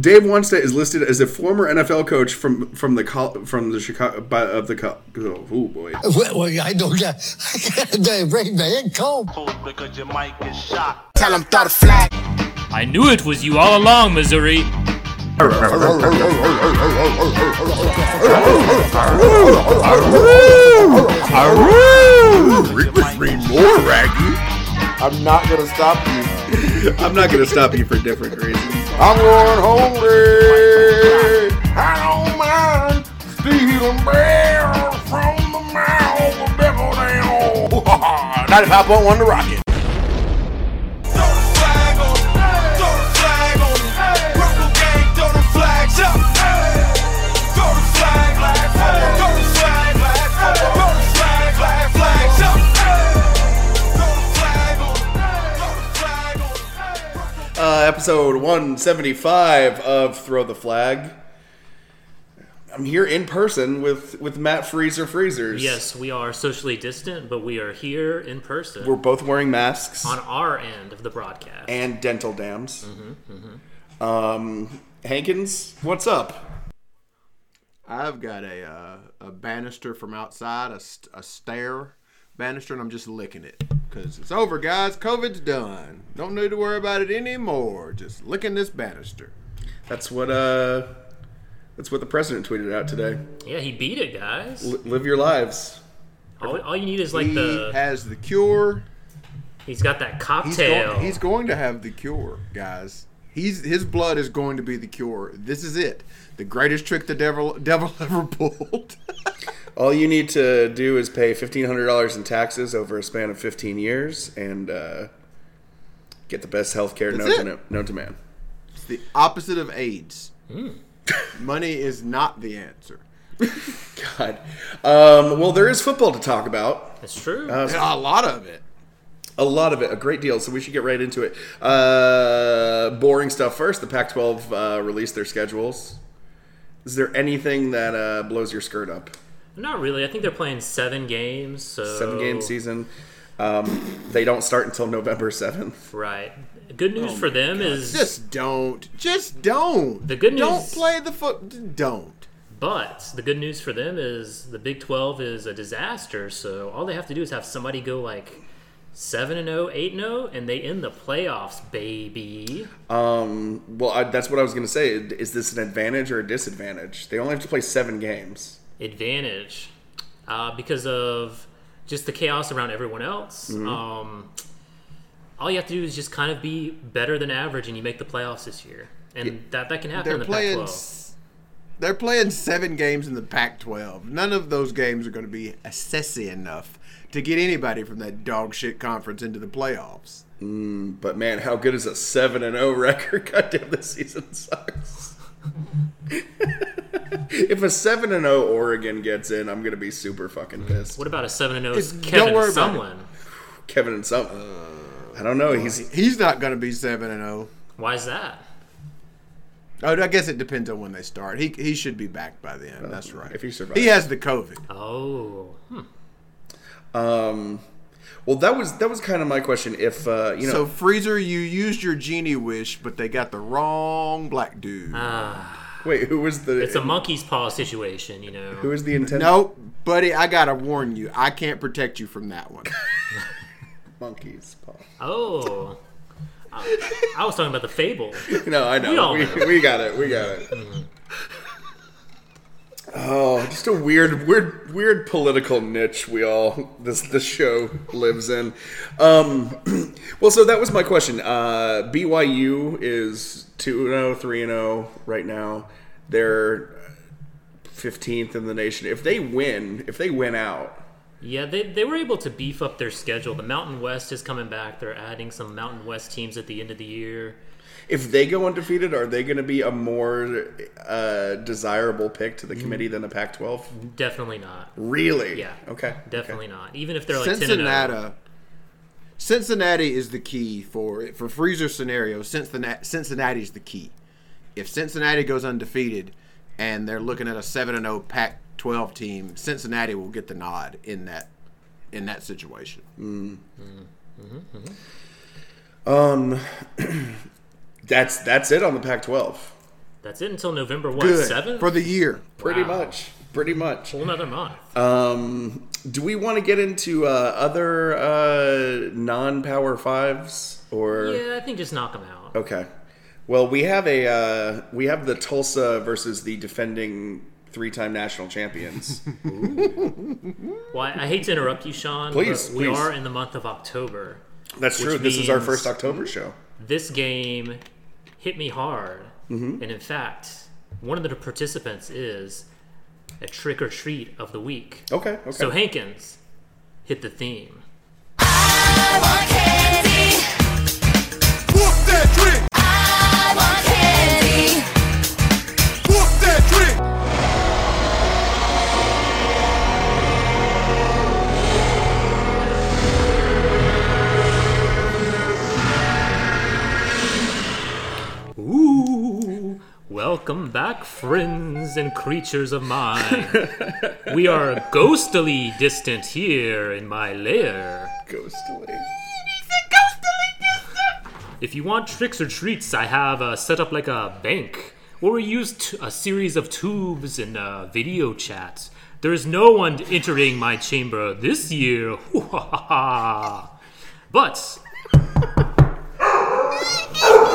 Dave Wonstead is listed as a former NFL coach from from the col- from the Chicago by, of the col- oh, oh boy. Well, well, I don't got that right, man. Cold. because your mic is shot. Tell him throw the flag. I knew it was you all along, Missouri. More raggy. I'm not gonna stop you. I'm not gonna stop you for different reasons. I'm going hungry. I don't mind stealing beer from the mouth of Devil Down. 95.1 The Rocket. Throw the flag on him. Throw the flag on him. Purple gang, throw the flags up. Throw the flag, flag, flag. Throw the flag, flag, flag. Throw the flag, flag, flags up. Throw the flag on him. Throw the flag on him. Purple Uh, episode 175 of Throw the Flag. I'm here in person with with Matt Freezer Freezers. Yes, we are socially distant, but we are here in person We're both wearing masks on our end of the broadcast. and dental dams. Mm-hmm, Um, Hankins, what's up? I've got a uh, a banister from outside, a, st- a stair banister, and I'm just licking it because it's over, guys. COVID's done. Don't need to worry about it anymore. Just licking this banister. That's what uh, that's what the president tweeted out today. yeah, he beat it, guys. L- live your lives. All, all you need is like he the has the cure. he's got that He's cocktail. going, he's going to have the cure, guys. He's his blood is going to be the cure. This is it. The greatest trick the devil devil ever pulled. All you need to do is pay fifteen hundred dollars in taxes over a span of fifteen years and uh, get the best health care known That's to, it. no, known to man. It's the opposite of AIDS. Hmm. Money is not the answer. God. Um, well, there is football to talk about. That's true. uh, A lot of it. A lot of it, a great deal. So we should get right into it. Uh, boring stuff first. The Pac-12 uh, released their schedules. Is there anything that uh, blows your skirt up? Not really. I think they're playing seven games. So Seven game season. Um, they don't start until November seventh. Right. Good Oh news for them is, Just don't. Just don't. The good Don't news- play the foot. Don't. but the good news for them is the Big Twelve is a disaster. So all they have to do is have somebody go like seven and 0, 8 and 0, and they end the playoffs, baby. Um, well, I, that's what I was going to say. Is this an advantage or a disadvantage? They only have to play seven games. advantage uh, because of just the chaos around everyone else. Mm-hmm. Um, all you have to do is just kind of be better than average, and you make the playoffs this year, and that that can happen They're in the playing. Pac-12. s- They're playing seven games in the Pac-12. None of those games are going to be assessy enough to get anybody from that dog shit conference into the playoffs. But man, how good is a seven and zero record? Goddamn, this season sucks. if a seven and zero Oregon gets in, I'm gonna be super fucking pissed. What about a seven and It's- 0 don't Kevin worry about it. Sumlin? Kevin and Uh, some, I don't know. He's He's not going to be seven and oh. zero. Why is that? Oh, I guess it depends on when they start. He he should be back by then. That's right. if he survives. He has the COVID. Oh, hmm. um, well, that was that was kind of my question. If uh, you know, So Freezer, you used your genie wish, but they got the wrong black dude. Uh, wait, who was the Hmm. it's a monkey's paw situation, you know. who was the intended Nope, buddy, I gotta warn you. I can't protect you from that one. monkeys? Paul? Oh, I, I was talking about the fable. No, I We know. all We, know. we got it. We got it. Oh, just a weird, weird, weird political niche we all this this show lives in. Um, well, so that was my question. Uh, BYU is two zero, three zero right now. They're fifteenth in the nation. If they win, if they win out, Yeah, they, they were able to beef up their schedule. The Mountain West is coming back. They're adding some Mountain West teams at the end of the year. if they go undefeated, are they going to be a more uh, desirable pick to the committee than the Pac twelve? Definitely not. Really? Yeah. Okay. Definitely not. Even if they're like 10 and oh. 0. Cincinnati. Cincinnati is the key for for Freezer scenario. Cincinnati Cincinnati's the key. If Cincinnati goes undefeated and they're looking at a 7 and 0 Pac-12 team, Cincinnati will get the nod in that in that situation. That's that's it on the Pac-12. That's it until November what Good seventh for the year. Pretty Wow. much. Pretty much. Whole another month. Um, do we want to get into uh, other uh, non-power fives or? yeah, I think just knock them out. Okay. Well, we have a uh, we have the Tulsa versus the defending three-time national champions. Well, I I hate to interrupt you, Sean. Please, but we please. are in the month of October. That's true. Which This is our means- first October show. This game hit me hard, and in fact, one of the participants is a trick or treat of the week. Okay. Okay. So Hankins hit the theme. I want candy. Whoop that trick! I want candy. Whoop that trick! Ooh, welcome back, friends and creatures of mine. we are ghostily distant here in my lair. ghostly. If you want tricks or treats, I have uh, set up like a bank where we use t- a series of tubes and uh, video chats. There is no one entering my chamber this year. but.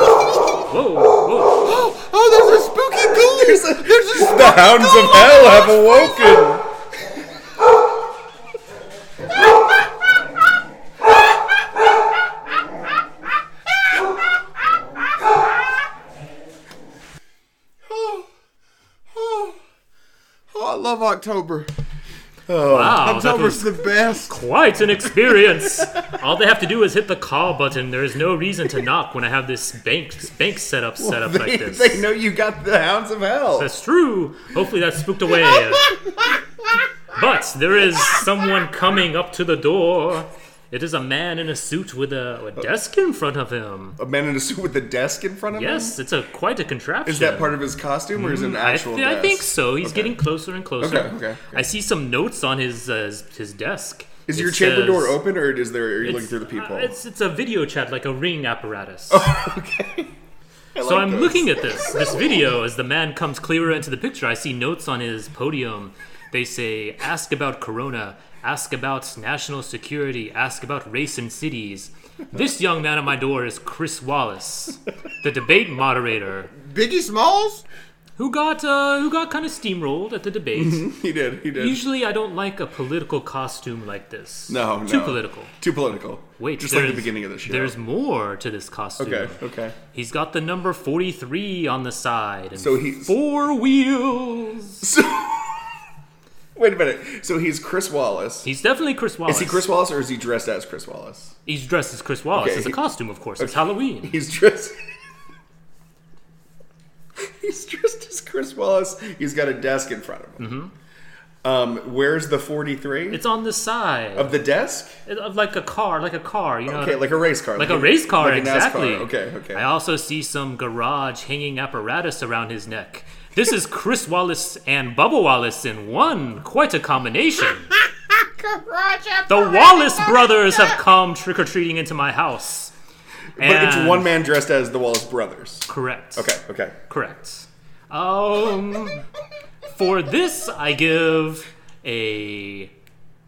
whoa, whoa. Oh, oh, there's a spooky ghoul. There's a The hounds of hell have awoken. Oh, oh, I love October. Wow, Oh, that was October's the best. quite an experience. All they have to do is hit the call button. There is no reason to knock when I have this bank bank setup set up They, like this. they know you got the hounds of hell. That's true. Hopefully that spooked away. but there is someone coming up to the door. It is a man in a suit with a, a desk in front of him. A man in a suit with a desk in front of him. Yes, it's a quite a contraption. Is that part of his costume or is it an Mm, I, actual thi- I desk? think so. He's getting closer and closer. Okay, okay, okay. I see some notes on his uh, his- his desk. Is It your chamber door says- open or is there are you looking It's- through the people? Oh, uh, it's it's a video chat, like a ring apparatus. okay. so I'm looking at this this video as the man comes clearer into the picture. I see notes on his podium. They say, "Ask about Corona. Ask about national security. Ask about race and cities." This young man at my door is Chris Wallace, the debate moderator, Biggie Smalls? who got uh, who got kind of steamrolled at the debate. He did. He did. Usually, I don't like a political costume like this. no, no. too political. Too political. Wait, just like the there's- beginning of the show. There's more to this costume. okay. Okay. He's got the number 43 on the side. And So he's- Four wheels! So, wait a minute. So he's Chris Wallace. He's definitely Chris Wallace. Is he Chris Wallace or is he dressed as Chris Wallace? He's dressed as Chris Wallace. Okay, It's he- a costume, of course. It's Halloween. He's dressed. he's dressed as Chris Wallace. He's got a desk in front of him. Um, where's the forty-three Mm-hmm. It's on the side. of the desk? It- of like a car, like a car, you know. Okay, like a race car. Uh, like a race car, like a NASCAR. exactly. Okay, okay. I also see some garage hanging apparatus around his neck. This is Chris Wallace and Bubba Wallace in one. Quite a combination. the Wallace brothers have come trick or treating into my house. but it's And- one man dressed as the Wallace brothers. Correct. Okay, okay. Correct. Um, for this, I give a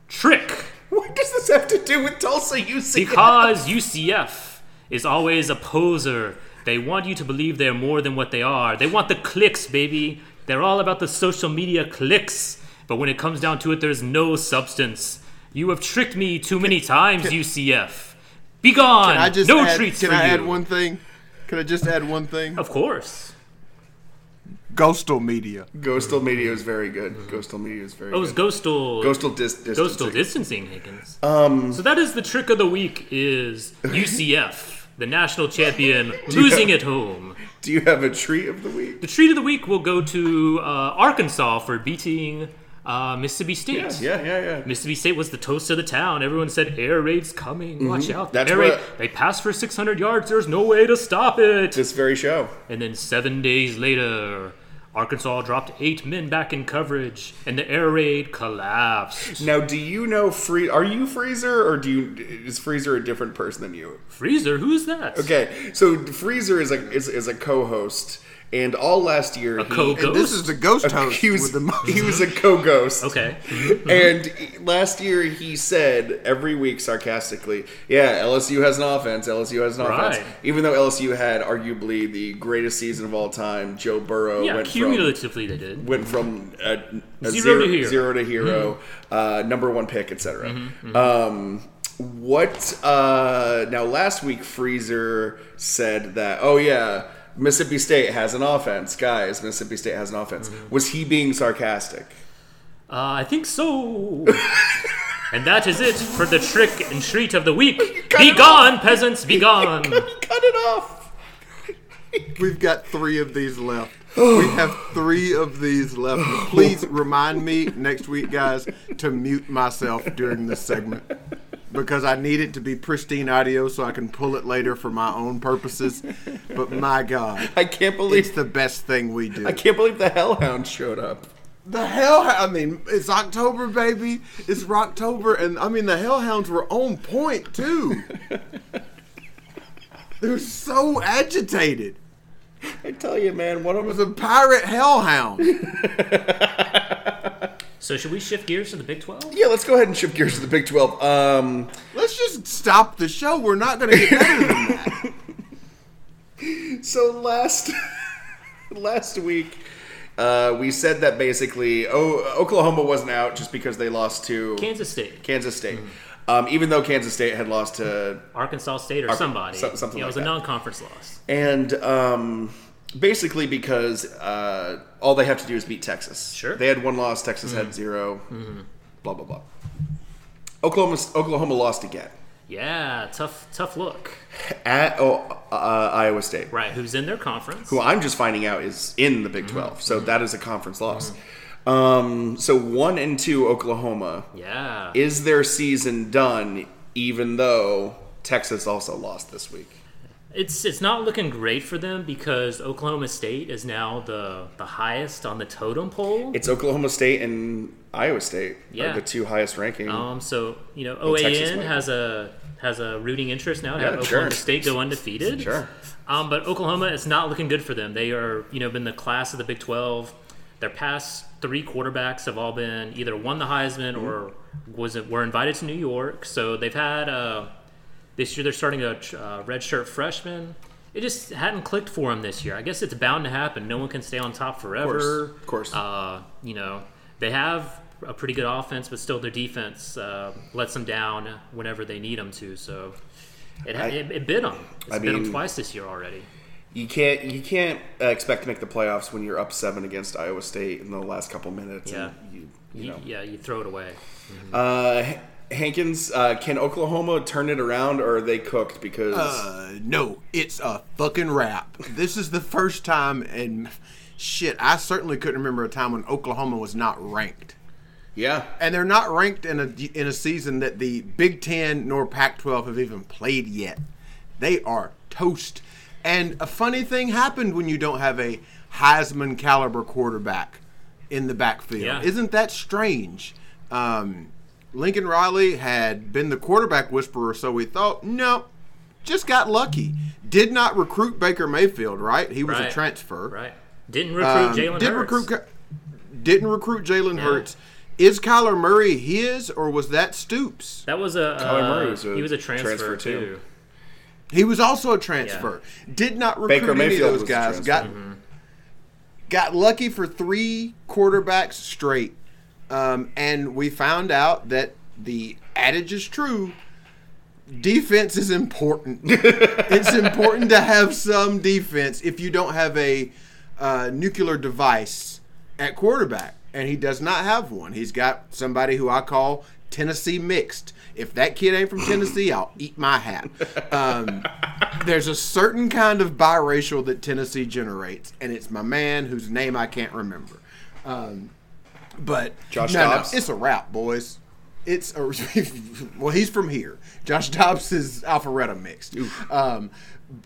trick What does this have to do with Tulsa UC? because UCF is always a poser. They want you to believe they're more than what they are. They want the clicks, baby. They're all about the social media clicks. But when it comes down to it, there's no substance. You have tricked me too many times, UCF. Be gone. I just no add- treats Can for I you. add one thing? Can I just add one thing? Of course. Ghostal Media. Ghostal Media is very good. Ghostal Media is very Oh, It was good. Ghostal. Ghostal dis- distancing. Ghostal distancing, Higgins. Um, so that is the trick of the week: is UCF, the national champion, losing at home. Do you have a treat of the week? The treat of the week will go to uh, Arkansas for beating uh, Mississippi State. Yeah, yeah, yeah. Mississippi State was the toast of the town. Everyone said air raid's coming. Watch out! That's air what- raid. They passed for 600 yards. There's no way to stop it. This very show. And then seven days later, Arkansas dropped eight men back in coverage, and the air raid collapsed. Now, do you know Free? Are you Freezer, or do you is Freezer a different person than you? Freezer, who's that? Okay, so Freezer is a is, is a co-host, And all last year, he co-ghost? And this is the ghost host accused, with the most. he was a co-ghost. Okay. and last year he said every week sarcastically, "Yeah, LSU has an offense. LSU has an Right. offense." Even though LSU had arguably the greatest season of all time, Joe Burrow Yeah, went cumulatively they did. from went from a, a Zero zero, to hero. Mm-hmm. zero to hero, uh, number one pick, etc. Um, what uh, now? Last week, Freezer said that. Oh yeah. Mississippi State has an offense, guys. Mississippi State has an offense. Mm-hmm. Was he being sarcastic? Uh, I think so. and that is it for the trick and treat of the week. cut Be it gone, peasants, be gone. Cut it off. We've got three of these left. We have three of these left. Please remind me next week, guys, to mute myself during this segment because I need it to be pristine audio so I can pull it later for my own purposes. But my God, I can't it's believe the best thing we do. I can't believe the Hellhound showed up. The hell, I mean, it's October, baby. It's Rocktober, and I mean the Hellhounds were on point too. they were so agitated. I tell you, man, one of It was them. a pirate hellhound. So should we shift gears to the Big 12? Yeah, let's go ahead and shift gears to the Big Twelve. Um, Let's just stop the show. We're not going to get better than that. so last last week, uh, we said that basically, oh, Oklahoma wasn't out just because they lost to Kansas State, Kansas State, um, even though Kansas State had lost to Arkansas State, or somebody. some- something yeah, it like was that. a non-conference loss. and um, basically because uh, all they have to do is beat Texas. Sure. they had one loss. Texas had 0 Blah blah blah. Oklahoma Oklahoma lost again. Yeah, tough, tough look. at oh, uh, Iowa State, Right, who's in their conference? who I'm just finding out is in the Big Mm-hmm. 12. So that is a conference loss. Um, so one and two Oklahoma Yeah. is their season done, even though Texas also lost this week. It's it's not looking great for them because Oklahoma State is now the the highest on the totem pole. It's Oklahoma State and Iowa State Yeah. are the two highest ranking. Um, so you know Texas OAN might be. has a has a rooting interest now to have Yeah, Oklahoma sure. State go undefeated. Sure. Um, but Oklahoma, it's not looking good for them. They are you know been the class of the Big Twelve. Their past three quarterbacks have all been either won the Heisman Mm-hmm. or was it, were invited to New York. So they've had uh, this year they're starting a uh, redshirt freshman. It just hadn't clicked for them this year. I guess it's bound to happen. No one can stay on top forever. Of course. Uh, you know, they have a pretty good offense, but still their defense uh, lets them down whenever they need them to. So it, ha I- it, it bit them. It's I bit them mean- twice this year already. you can't you can't uh, expect to make the playoffs when you're up seven against Iowa State in the last couple minutes. Yeah. And you, You- you know. yeah, you throw it away. Uh, H- Hankins, uh, can Oklahoma turn it around, or are they cooked? Because Uh, no, it's a fucking wrap. This is the first time, and shit, I certainly couldn't remember a time when Oklahoma was not ranked. yeah, And they're not ranked in a in a season that the Big Ten nor Pac-12 have even played yet. They are toast. And a funny thing happened when you don't have a Heisman caliber quarterback in the backfield. Yeah. Isn't that strange? Um, Lincoln Riley had been the quarterback whisperer, so we thought, no, just got lucky. Did not recruit Baker Mayfield, right? He was Right. a transfer. Right. Didn't recruit Um, Jalen didn't Hurts. recruit Ki- didn't recruit Jalen Hurts. Is Kyler Murray his or was that Stoops? that was a Kyler uh, Murray was a he was a transfer, transfer, too. too. He was also a transfer. Did not recruit Baker any of Mayfield those was a guys. transfer. Got Mm-hmm. got lucky for three quarterbacks straight, um, and we found out that the adage is true. Defense is important. it's important to have some defense if you don't have a uh, nuclear device at quarterback. And he does not have one. He's got somebody who I call Tennessee mixed. If that kid ain't from Tennessee, I'll eat my hat. Um, there's a certain kind of biracial that Tennessee generates, and it's my man whose name I can't remember. Um, but Josh no, no, Dobbs? it's a wrap, boys. It's a well, he's from here. Josh Dobbs is Alpharetta mixed. Um,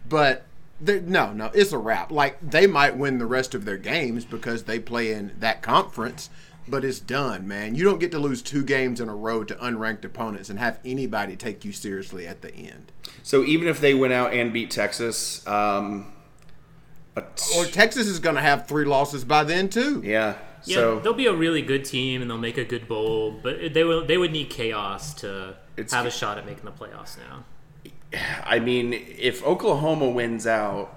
but there- no, no, it's a wrap. Like they might win the rest of their games because they play in that conference. But it's done, man. You don't get to lose two games in a row to unranked opponents and have anybody take you seriously at the end. So even if they went out and beat Texas, um, A t- Or Texas is going to have three losses by then too. yeah. Yeah, So they'll be a really good team and they'll make a good bowl, but they will they would need chaos to It's- have a shot at making the playoffs now. I mean, if Oklahoma wins out,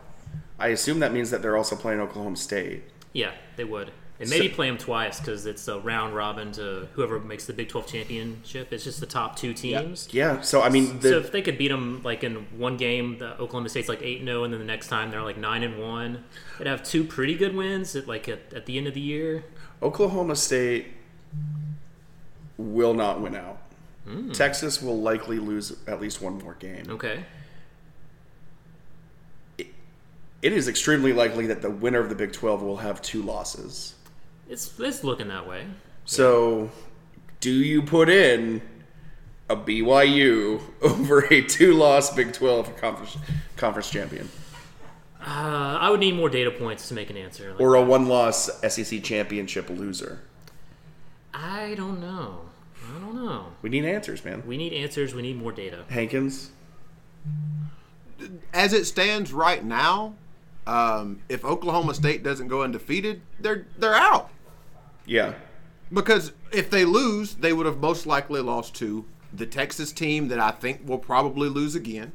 I assume that means that they're also playing Oklahoma State. Yeah, they would. And maybe So- play 'em play them twice because it's a round robin to whoever makes the Big 12 championship. It's just the top two teams. Yeah. So I mean, the, so if they could beat them like in one game, the Oklahoma State's like eight and zero, and then the next time they're like nine and one. They'd have two pretty good wins at like at, at the end of the year. Oklahoma State will not win out. Texas will likely lose at least one more game. Hmm. Okay, It is extremely likely that the winner of the Big 12 will have two losses. it's it's looking that way. So, do you put in a BYU over a two-loss Big 12 conference conference champion Uh, I would need more data points to make an answer. Like, or a one-loss SEC championship loser? I don't know. I don't know. We need answers, man. We need answers. We need more data. Hankins, As it stands right now, um, if Oklahoma State doesn't go undefeated, they're they're out. yeah, Because if they lose, they would have most likely lost to the Texas team that I think will probably lose again,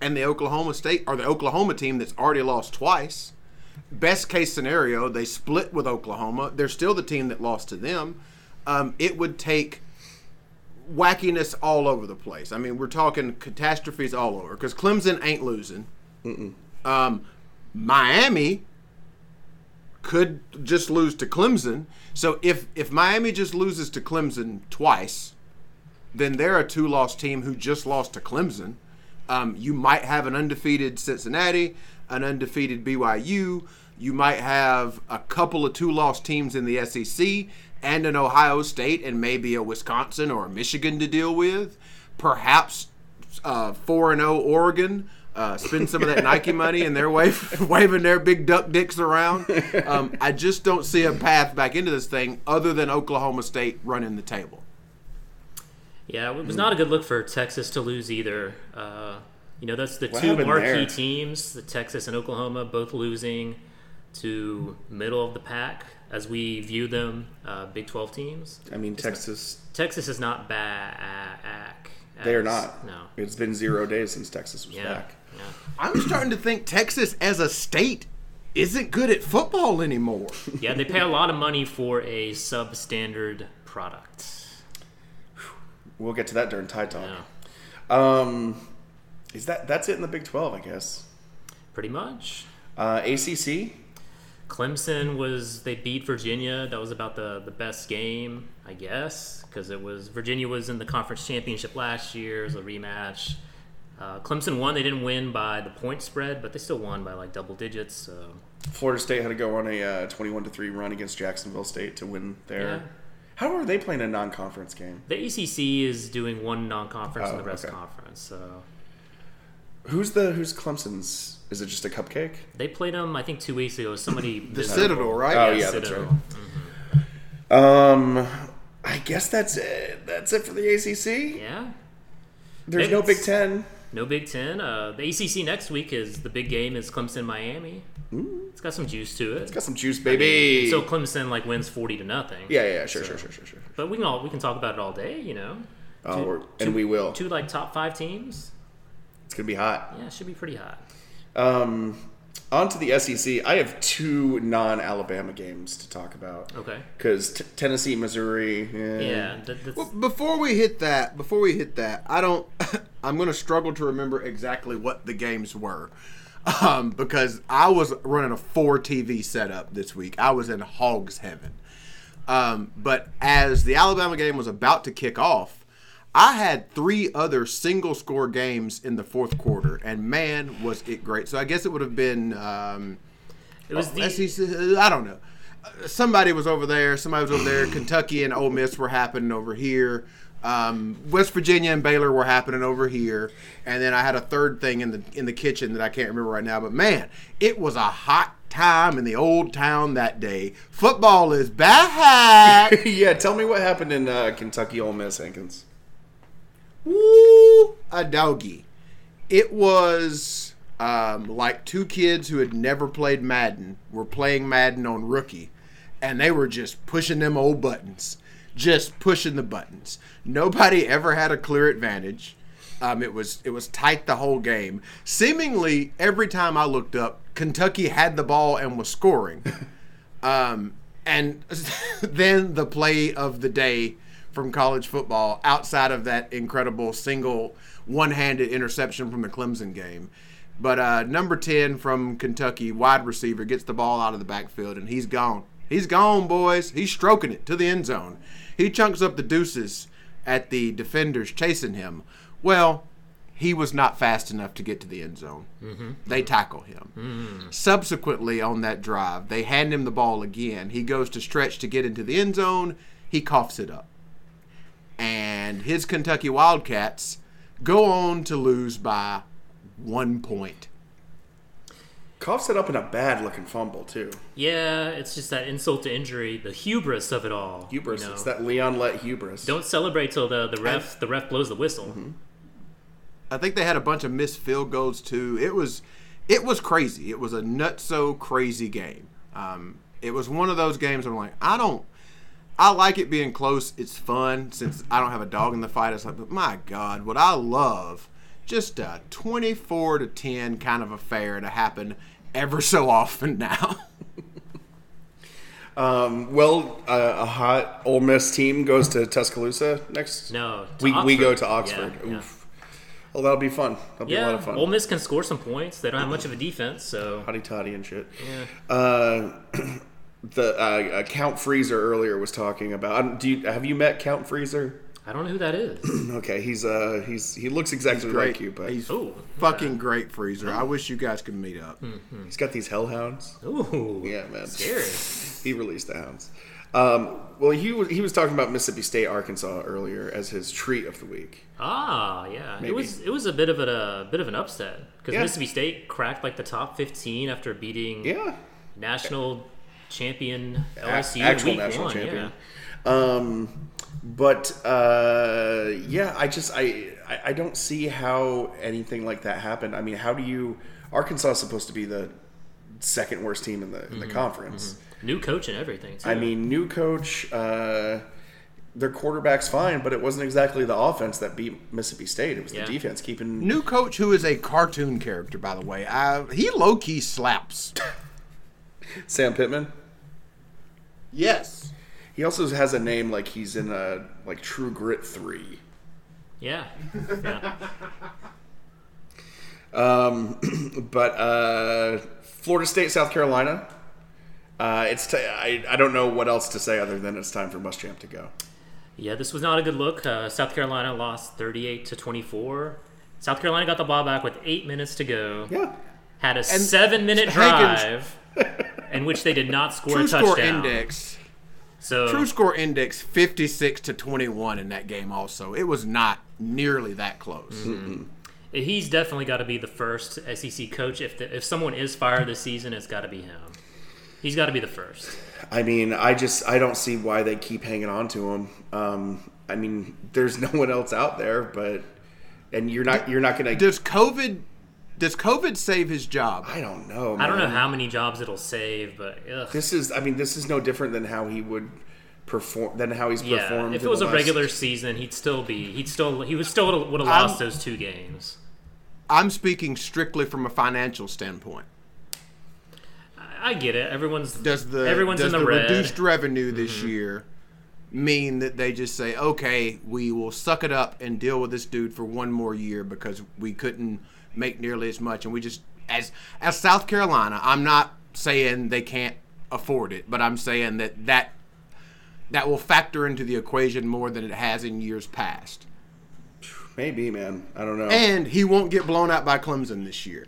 and the Oklahoma State or the Oklahoma team that's already lost twice. Best case scenario, they split with Oklahoma. They're still the team that lost to them. Um, it would take wackiness all over the place. I mean, we're talking catastrophes all over because Clemson ain't losing. Um, Miami could just lose to Clemson. So if if Miami just loses to Clemson twice, then they're a two-loss team who just lost to Clemson. Um, you might have an undefeated Cincinnati, an undefeated BYU. You might have a couple of two-loss teams in the SEC and an Ohio State and maybe a Wisconsin or a Michigan to deal with. Perhaps uh, four and zero Oregon. Uh, spend some of that Nike money and they're wave, waving their big duck dicks around. Um, I just don't see a path back into this thing other than Oklahoma State running the table. Yeah, it was Hmm. not a good look for Texas to lose either. Uh, you know, that's the What two happened marquee there? teams, the Texas and Oklahoma, both losing to middle of the pack as we view them, uh, Big 12 teams. I mean Texas. Texas is not back. They are not. No. It's been zero days since Texas was Yeah. back. yeah. I'm starting to think Texas as a state isn't good at football anymore. Yeah, they pay a lot of money for a substandard product. We'll get to that during Tide Talk. Yeah. Um, is that that's it in the Big 12? I guess. Pretty much. Uh, ACC. Clemson was they beat Virginia. That was about the the best game, I guess, because it was Virginia was in the conference championship last year. It was a rematch. Uh, Clemson won. They didn't win by the point spread, but they still won by like double digits. So Florida State had to go on a uh, 21 to three run against Jacksonville State to win their. Yeah. How are they playing a non-conference game? the ACC is doing one non-conference Oh, and the rest okay. conference. So Who's the who's Clemson's? Is it just a cupcake? they played them, I think, two weeks ago. Somebody The Citadel, right? Oh, yeah, that's right. Um, I guess that's it. That's it for the ACC. Yeah. There's no It's- Big Ten. No Big Ten. Uh, the ACC next week is the big game. Is Clemson Miami? It's got some juice to it. Got some juice, baby. So Clemson like wins forty to nothing. yeah, yeah, sure, sure, sure, sure, sure. But we can all we can talk about it all day, you know. Oh, Two- we're- and we will. Two like top five teams. It's gonna be hot. Yeah, it should be pretty hot. Um, on to the SEC. I have two non-Alabama games to talk about. Okay. Because t- Tennessee, Missouri. eh. Yeah. That, that's, Well, before we hit that, before we hit that, I don't. I'm going to struggle to remember exactly what the games were, um, because I was running a four TV setup this week. I was in hog's heaven. Um, but as the Alabama game was about to kick off, I had three other single score games in the fourth quarter, and man, was it great! So I guess it would have been. Um, it oh, was the SEC, I don't know. Uh, Somebody was over there. Somebody was over there. Kentucky and Ole Miss were happening over here. Um, West Virginia and Baylor were happening over here. And then I had a third thing in the in the kitchen that I can't remember right now. But man, it was a hot time in the old town that day. Football is back. yeah, tell me what happened in uh, Kentucky Ole Miss, Hankins. Woo, a doggy. It was um, like two kids who had never played Madden were playing Madden on rookie, and they were just pushing them old buttons, just pushing the buttons. Nobody ever had a clear advantage. Um, it was it was tight the whole game. Seemingly every time I looked up, Kentucky had the ball and was scoring. Um, and then the play of the day from college football, outside of that incredible single one-handed interception from the Clemson game. But uh, number ten from Kentucky, wide receiver, gets the ball out of the backfield, and he's gone. He's gone, boys. He's stroking it to the end zone. He chunks up the deuces at the defenders chasing him. Well, he was not fast enough to get to the end zone. They tackle him. Subsequently, on that drive, they hand him the ball again. He goes to stretch to get into the end zone. He coughs it up. And his Kentucky Wildcats go on to lose by one point. Coughs it up in a bad looking fumble too. Yeah, it's just that insult to injury, the hubris of it all. Hubris. you know. It's that Leon let hubris. Don't celebrate till the, the ref the ref blows the whistle. Mm-hmm. I think they had a bunch of missed field goals too. It was, it was crazy. It was a nutso crazy game. Um, it was one of those games. I'm like, I don't. I like it being close. It's fun since I don't have a dog in the fight. It's like, but my God, what I love just a 24 to 10 kind of affair to happen ever so often now. Um, well, uh, a hot Ole Miss team goes to Tuscaloosa next. No, to we we Oxford. go to Yeah, Oxford. yeah. Oof. Oh, that'll be fun. That'll be a lot Yeah, of fun. Mm-hmm. Ole Miss can score some points. They don't have much of a defense, so Hotty toddy and shit. Uh, the uh, uh, Count Freezer earlier was talking about. um, Do you have you met Count Freezer? I don't know who that is. Okay, he's uh he's he looks exactly like you, but He's Ooh, fucking great, Freezer. I wish you guys could meet up. he's got these hellhounds. ooh, Yeah, man. scary. He released the hounds. Um, well, he was he was talking about Mississippi State, Arkansas earlier as his treat of the week. Ah, yeah. It was it was a bit of a bit of an upset because Yeah. Mississippi State cracked like the top fifteen after beating Yeah, national champion A- LSU in actual week national one. champion. Um, but uh, yeah, I just I, I I don't see how anything like that happened. I mean, how do you? Arkansas is supposed to be the second worst team in the in Mm-hmm. the conference. Yeah. New coach and everything. Too. I mean, new coach. Uh, their quarterback's fine, but it wasn't exactly the offense that beat Mississippi State. It was Yeah. the defense keeping. New coach who is a cartoon character, by the way. I, he low key slaps. Sam Pittman. Yes. He also has a name like he's in a like True Grit three. yeah, yeah. Um, but uh, Florida State, South Carolina. Uh, it's t- I, I don't know what else to say other than it's time for Muschamp to go. Yeah, this was not a good look. Uh, South Carolina lost 38 to 24. South Carolina got the ball back with eight minutes to go. Yeah, Had a seven-minute Hankins- drive in which they did not score True a touchdown. Oh. score index. So True score index 56 to 21 in that game also. It was not nearly that close. Mm-hmm. he's definitely got to be the first SEC coach. If the, if someone is fired this season, it's got to be him. He's got to be the first. I mean, I just I don't see why they keep hanging on to him. Um, I mean, there's no one else out there, but and you're not you're not gonna. Does COVID does COVID save his job? I don't know. I don't know man. how many jobs it'll save, but ugh. This is I mean, this is no different than how he would perform than how he's yeah. performed. If in it was the a last- regular season, he'd still be. He'd still. He would still would have I'm- lost those two games. I'm speaking strictly from a financial standpoint. I, I get it. Everyone's Does the everyone's does in the, red. Mm-hmm. reduced revenue this year mean that they just say, "Okay, we will suck it up and deal with this dude for one more year because we couldn't make nearly as much and we just as as South Carolina, I'm not saying they can't afford it, but I'm saying that that that will factor into the equation more than it has in years past. maybe, man. I don't know. And he won't get blown out by Clemson this year.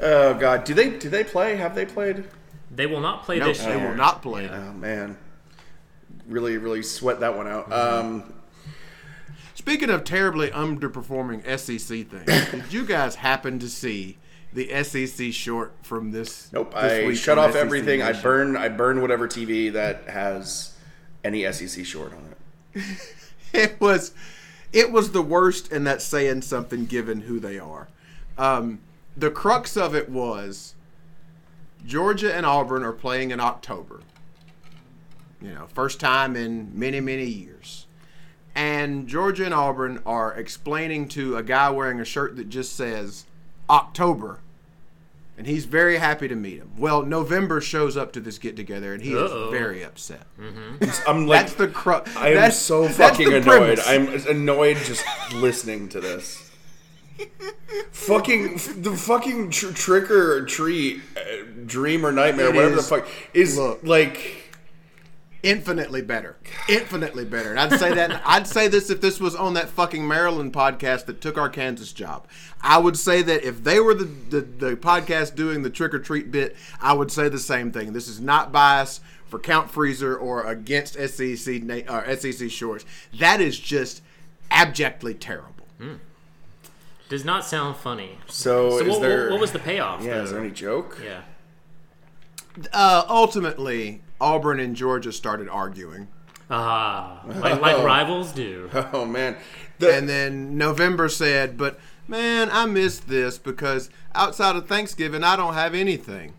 oh God, do they do they play? Have they played? They will not play No, this they year. will not play. Oh man, really, really sweat that one out. Um, Speaking of terribly underperforming SEC things, did you guys happen to see the SEC short from this? nope, this I week shut from off SEC everything. I Nation? burn, I burn whatever E TV that has any SEC short on it. It was, it was the worst, and that's saying something given who they are. Um, the crux of it was Georgia and Auburn are playing in October. You know, first time in many, many years. And Georgia and Auburn are explaining to a guy wearing a shirt that just says October. And he's very happy to meet him. Well, November shows up to this get together, and he Uh-oh. is very upset. I'm like, That's the crux. I am that's, so that's the fucking annoyed. premise. I'm annoyed just listening to this. fucking the fucking tr- trick or treat, uh, dream or nightmare, It whatever is- the fuck is look. like. infinitely better, infinitely better. And I'd say that. I'd say this if this was on that fucking Maryland podcast that took our Kansas job. I would say that if they were the the, the podcast doing the trick or treat bit, I would say the same thing. This is not bias for Count Freezer or against SEC na- uh, or SEC shorts. That is just abjectly terrible. Does not sound funny. So, So is what, there? what, what was the payoff? Yeah, though? is there any joke? yeah. Uh, ultimately, Auburn and Georgia started arguing. Ah, like, like rivals do. Oh man, the, And then November said, but man, I miss this because outside of Thanksgiving, I don't have anything.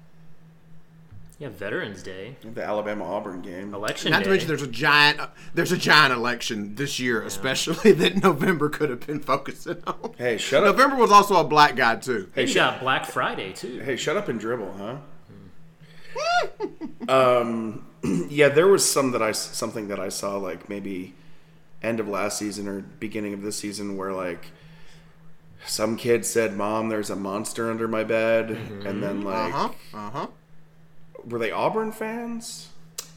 Yeah, Veterans Day, the Alabama Auburn game. election Not day. to mention there's a giant there's a giant election this year, especially that November could have been focusing on. Hey, shut up! November was also a black guy too. Hey, you got Black Friday too. Hey, shut up and dribble, huh? um, yeah, there was some that I s- something that I saw like maybe end of last season or beginning of this season where like some kid said, "Mom, there's a monster under my bed," and then Uh like huh. Uh huh. were they Auburn fans?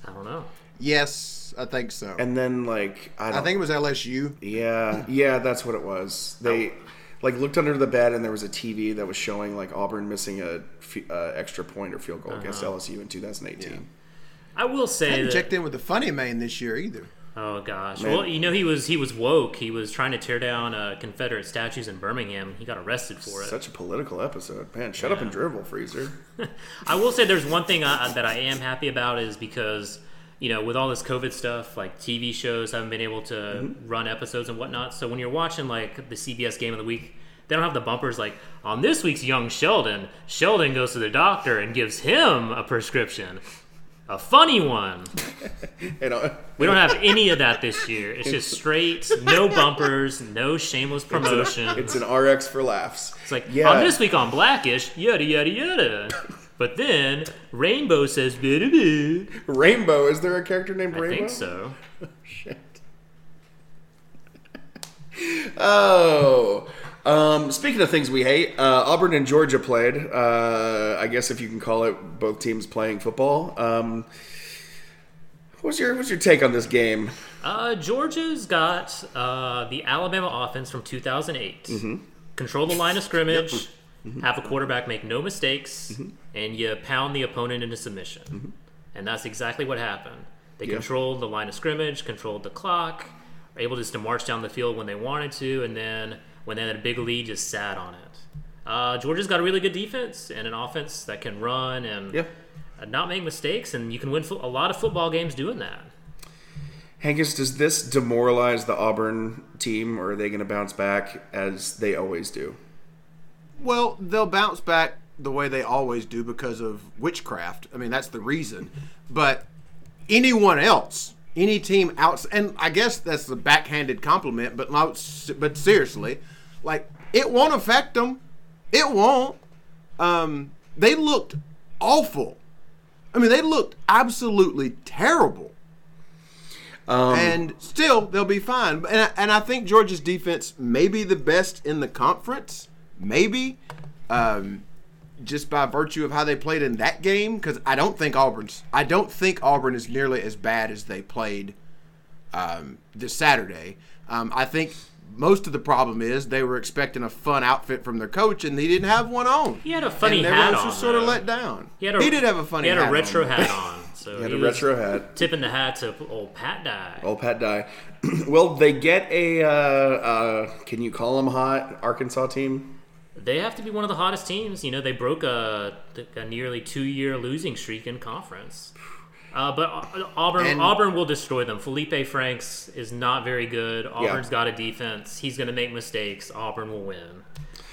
I don't know. Yes, I think so. And And then like I, I don't- think it was LSU. yeah, yeah, that's what it was. They. Like looked under the bed and there was a TV that was showing like Auburn missing a f- uh, extra point or field goal against LSU in 2018. I will say Hadn't that. checked in with the funny man this year either. Oh gosh. Well, you know he was he was woke. He was trying to tear down uh, Confederate statues in Birmingham. He got arrested for it. Such a political episode, man. Shut up and dribble, Freezer. I will say there's one thing I, that I am happy about is because you know with all this COVID stuff, like TV shows haven't been able to Mm-hmm. run episodes and whatnot. So when you're watching like the CBS Game of the Week, they don't have the bumpers like on this week's Young Sheldon. Sheldon goes to the doctor and gives him a prescription, a funny one. You know, We don't have any of that this year. It's just straight, no bumpers, no shameless promotion. it's an RX for laughs. It's like yeah, on this week on Blackish, yada yada yada. But then Rainbow says, "Boo boo." Rainbow. Is there a character named I Rainbow? think so. Shit. oh. Um, speaking of things we hate, uh, Auburn and Georgia played. Uh, I guess if you can call it both teams playing football. Um, what's your what's your take on this game? Uh, Georgia's got uh, the Alabama offense from 2008. Control the line of scrimmage, have a quarterback make no mistakes, and you pound the opponent into submission. And that's exactly what happened. They controlled the line of scrimmage, controlled the clock, were able just to march down the field when they wanted to, and then when they had a big lead, just sat on it. Uh, Georgia's got a really good defense and an offense that can run and Yeah. uh, not make mistakes, and you can win fo- a lot of football games doing that. Hankus, does this demoralize the Auburn team, or are they going to bounce back as they always do? Well, they'll bounce back the way they always do because of witchcraft. I mean, that's the reason. But anyone else, any team outs, and I guess that's the backhanded compliment. But not- but seriously, like it won't affect them. It won't. Um, they looked awful. I mean, they looked absolutely terrible and still they'll be fine. And I, and I think Georgia's defense may be the best in the conference, maybe, um, just by virtue of how they played in that game. Because I don't think Auburn's I don't think Auburn is nearly as bad as they played um, this Saturday. Um, I think most of the problem is they were expecting a fun outfit from their coach and they didn't have one on. He had a funny and their hat was on, sort of though. let down. He, He, had a, did have a funny. He had a hat retro on. hat on. So he Had a was retro hat. Tipping the hat to old Pat Dye. Old Pat Dye. well, they get a uh, uh, can you call them hot Arkansas team? They have to be one of the hottest teams. You know, they broke a, a nearly two year losing streak in conference. Uh, but Au- Auburn, And- Auburn will destroy them. Felipe Franks is not very good. Auburn's Yeah. got a defense. He's going to make mistakes. Auburn will win.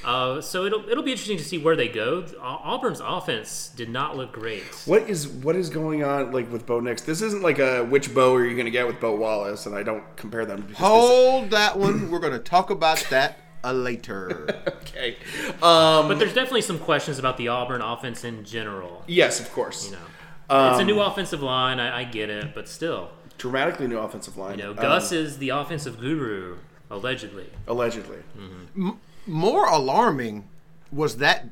Uh, so it'll it'll be interesting to see where they go. Au- Auburn's offense did not look great. What is what is going on like with Bo Nix? This isn't like a which Bo are you going to get with Bo Wallace, and I don't compare them. to Hold that one. We're going to talk about that uh, later. Okay. Um, But there's definitely some questions about the Auburn offense in general. yes, of course. You know, it's Um, a new offensive line. I, I get it, but still, Dramatically new offensive line. you know, Um, Gus is the offensive guru allegedly. allegedly. Hmm, More alarming was that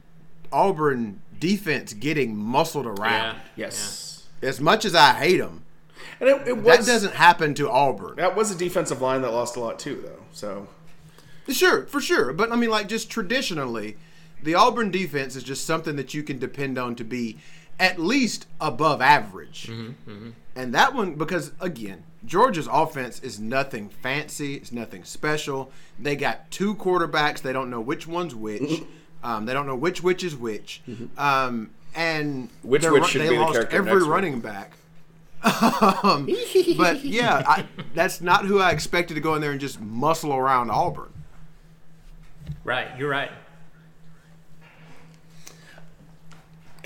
Auburn defense getting muscled around. Yeah. Yes. As much as I hate them, And it, it that was doesn't happen to Auburn. that was a defensive line that lost a lot too, though. So Sure, for sure. But I mean, like, just traditionally, the Auburn defense is just something that you can depend on to be at least above average. Mm-hmm, And that one, because again, Georgia's offense is nothing fancy, it's nothing special. They got two quarterbacks, they don't know which one's which. Mm-hmm. Um, they don't know which which is which. Um, and Which they're which run- should they be the lost character every next week. running back. um, but yeah, I, that's not who I expected to go in there and just muscle around Auburn. Right, you're right.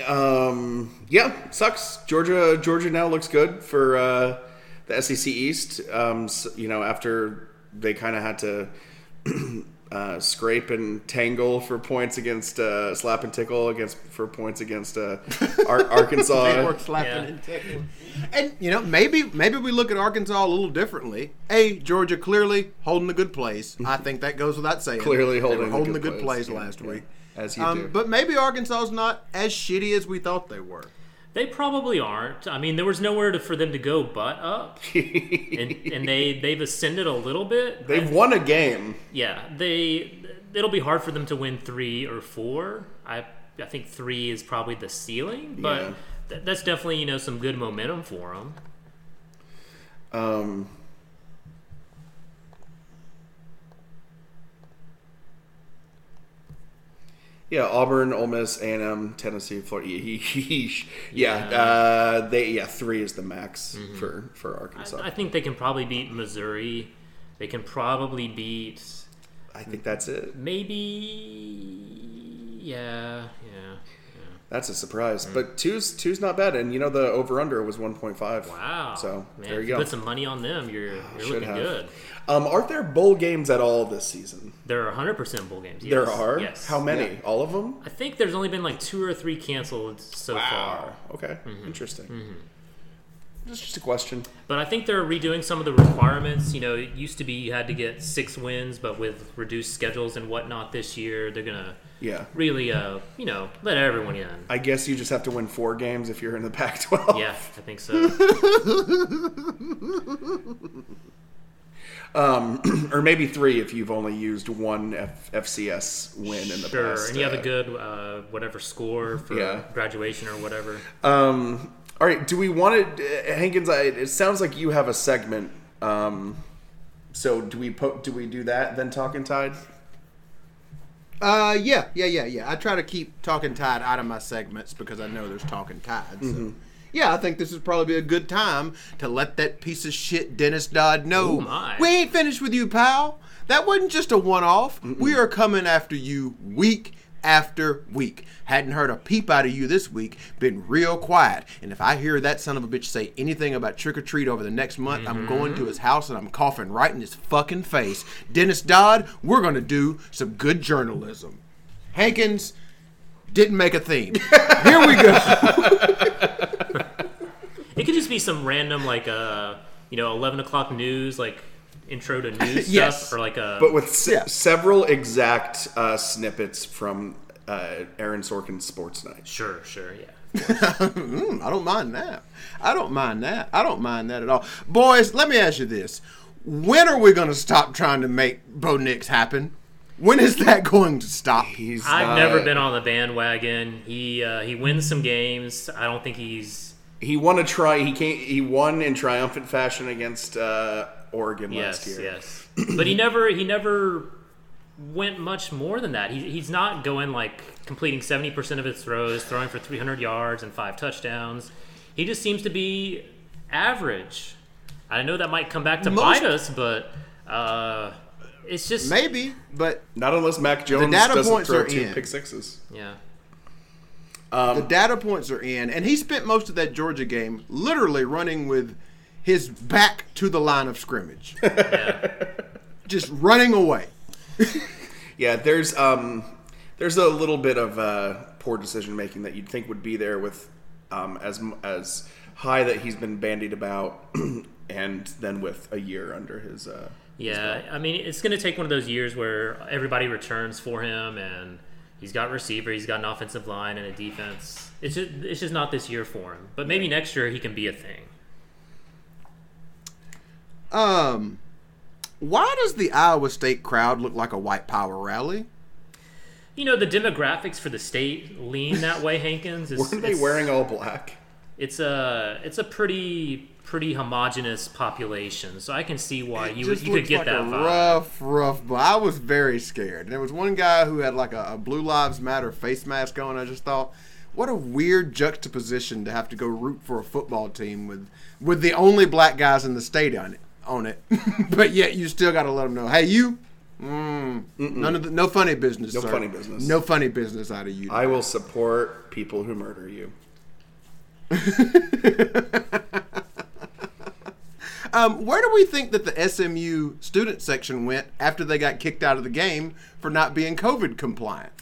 um, yeah, sucks. Georgia Georgia now looks good for uh, the SEC East. Um, s you know, after they kind of had to uh, scrape and tangle for points against uh, slap and tickle against for points against uh, Ar- Arkansas. slapping and tickling. And you know, maybe maybe we look at Arkansas a little differently. A Georgia clearly holding a good place. I think that goes without saying. Clearly They holding were a holding good a good place. place, Yeah, last yeah. week. Um, As you do. But maybe Arkansas's not as shitty as we thought they were. They probably aren't. I mean, there was nowhere to, for them to go but up, and, and they they've ascended a little bit. They've won a game. yeah, they it'll be hard for them to win three or four. I I think three is probably the ceiling, but Yeah. th- that's definitely you know some good momentum for them. Um, yeah, Auburn, Ole Miss, A&M, Tennessee, Florida. Yeesh. Yeah, Yeah. Mm-hmm. Uh, they yeah three is the max for for Arkansas. I I, think they can probably beat Missouri. They can probably beat think that's it. maybe yeah yeah. That's a Hmm. surprise, but two's two's not bad, and you know the over under was one point five. Wow. So man, there if you go. Oh, Put some money on them. You're you're Should looking have. good. Um, aren't there bowl games at all this season? There are 100% bowl games. Yes. There are. Yes. How many? All of them? I think there's only been like two or three canceled so Wow. far. Okay. Mm-hmm. Interesting. Just just a question. But I think they're redoing some of the requirements. You know, it used to be you had to get six wins, but with reduced schedules and whatnot this year, they're gonna Yeah. really, uh, you know, let everyone in. I guess you just have to win four games if you're in the Pac-12. Yeah, I think so. Um, or maybe three if you've only used one F- FCS win in the sure. past. and you have uh, a good uh, whatever score for Yeah. graduation or whatever. Um, all right. Do we want to, uh, Hankins? I, it sounds like you have a segment. Um, so do we po- do we do that then? Talking Tide. Uh, yeah, yeah, yeah, yeah. I try to keep talking tide out of my segments because I know there's talking tide. So. Yeah, I think this would probably be a good time to let that piece of shit Dennis Dodd know Oh, my. we ain't finished with you, pal. That wasn't just a one-off. We are coming after you week after week. Hadn't heard a peep out of you this week. Been real quiet. And if I hear that son of a bitch say anything about trick or treat over the next month, I'm going Mm-hmm. to his house and I'm coughing right in his fucking face. Dennis Dodd, we're gonna do some good journalism. Hankins didn't make a theme. Here we go. It could just be some random like uh you know eleven o'clock news like intro to news Yes. stuff or like a But with se- Yeah. several exact uh, snippets from uh, Aaron Sorkin's Sports Night. sure sure yeah I don't mind that. I don't mind that. I don't mind that at all. Boys, let me ask you this. When are we going to stop trying to make Bo Nix happen? When is that going to stop? He's I've not- never been on the bandwagon. He uh, he wins some games. I don't think he's He won a try. He came, He won in triumphant fashion against uh, Oregon last yes year. yes, but he never he never went much more than that. He, he's not going like completing seventy percent of his throws, throwing for three hundred yards and five touchdowns. He just seems to be average. I know that might come back to Most- bite us, but uh, it's just Maybe, but Not unless Mac Jones data doesn't points throw are two in. pick sixes. yeah. the Um, data points are in, and he spent most of that Georgia game literally running with his back to the line of scrimmage, just running away. Yeah, there's um, there's a little bit of uh, poor decision making that you'd think would be there with um, as m- as high that he's been bandied about, and then with a year under his. Uh, Yeah, I mean, it's going to take one of those years where everybody returns for him, and he's got receiver, he's got an offensive line and a defense. It's just, it's just not this year for him. But maybe next year he can be a thing. Um, why does the Iowa State crowd look like a white power rally? You know, the demographics for the state lean that way. Hankins, it's, weren't they it's- wearing all black? It's a it's a pretty pretty homogenous population, so I can see why you would just you could looks get like that a vibe. rough, rough. But I was very scared. There was one guy who had like a, a Blue Lives Matter face mask on. I just thought, what a weird juxtaposition to have to go root for a football team with with the only black guys in the state on it. On it, but yet you still got to let them know, hey, you. Mm, none of the, no funny business. No sir. funny business. No funny business out of you. I will support people who murder you. Um, where do we think that the SMU student section went after they got kicked out of the game for not being COVID compliant?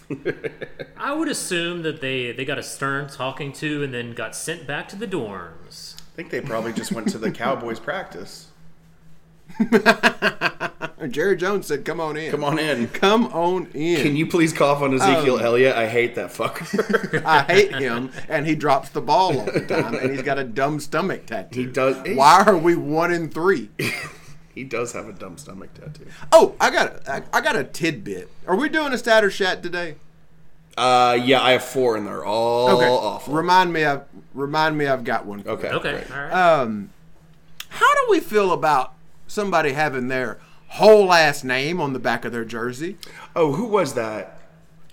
I would assume that they they got a stern talking to and then got sent back to the dorms. I think they probably just went to the Cowboys practice. Jerry Jones said, "Come on in. Come on in. Come on in. Can you please cough on Ezekiel Um, Elliott? I hate that fucker. I hate him, and he drops the ball all the time, and he's got a dumb stomach tattoo. He does- he's- Why are we one in three? he does have a dumb stomach tattoo. Oh, I got, I, I got a tidbit. Are we doing a stat or shat today? Uh, yeah, I have four, and they're all Oh, awful. Remind me, I've, remind me, I've got one. Um, okay. Okay, great. all right. Uh, How do we feel about somebody having their whole ass name on the back of their jersey? Oh, who was that?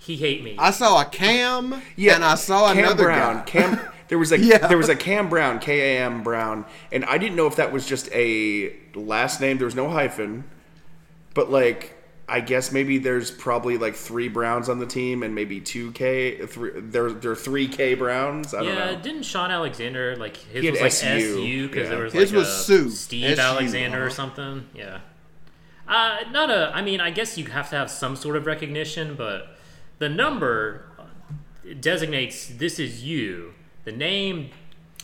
he hate me. I saw a Cam, and I saw Cam another Brown. guy. Cam. There was a Yeah. there was a Cam Brown, K A M Brown, and I didn't know if that was just a last name. There was no hyphen, but like I guess maybe there's probably like three Browns on the team, and maybe two K. Three, there there are three K Browns. I don't yeah, know. didn't Sean Alexander like his He had was like SU, SU because yeah. there was like His was a Sue, Steve SU, Alexander or uh-huh. something? Yeah. Uh, not a. I mean, I guess you have to have some sort of recognition, but the number designates this is you. The name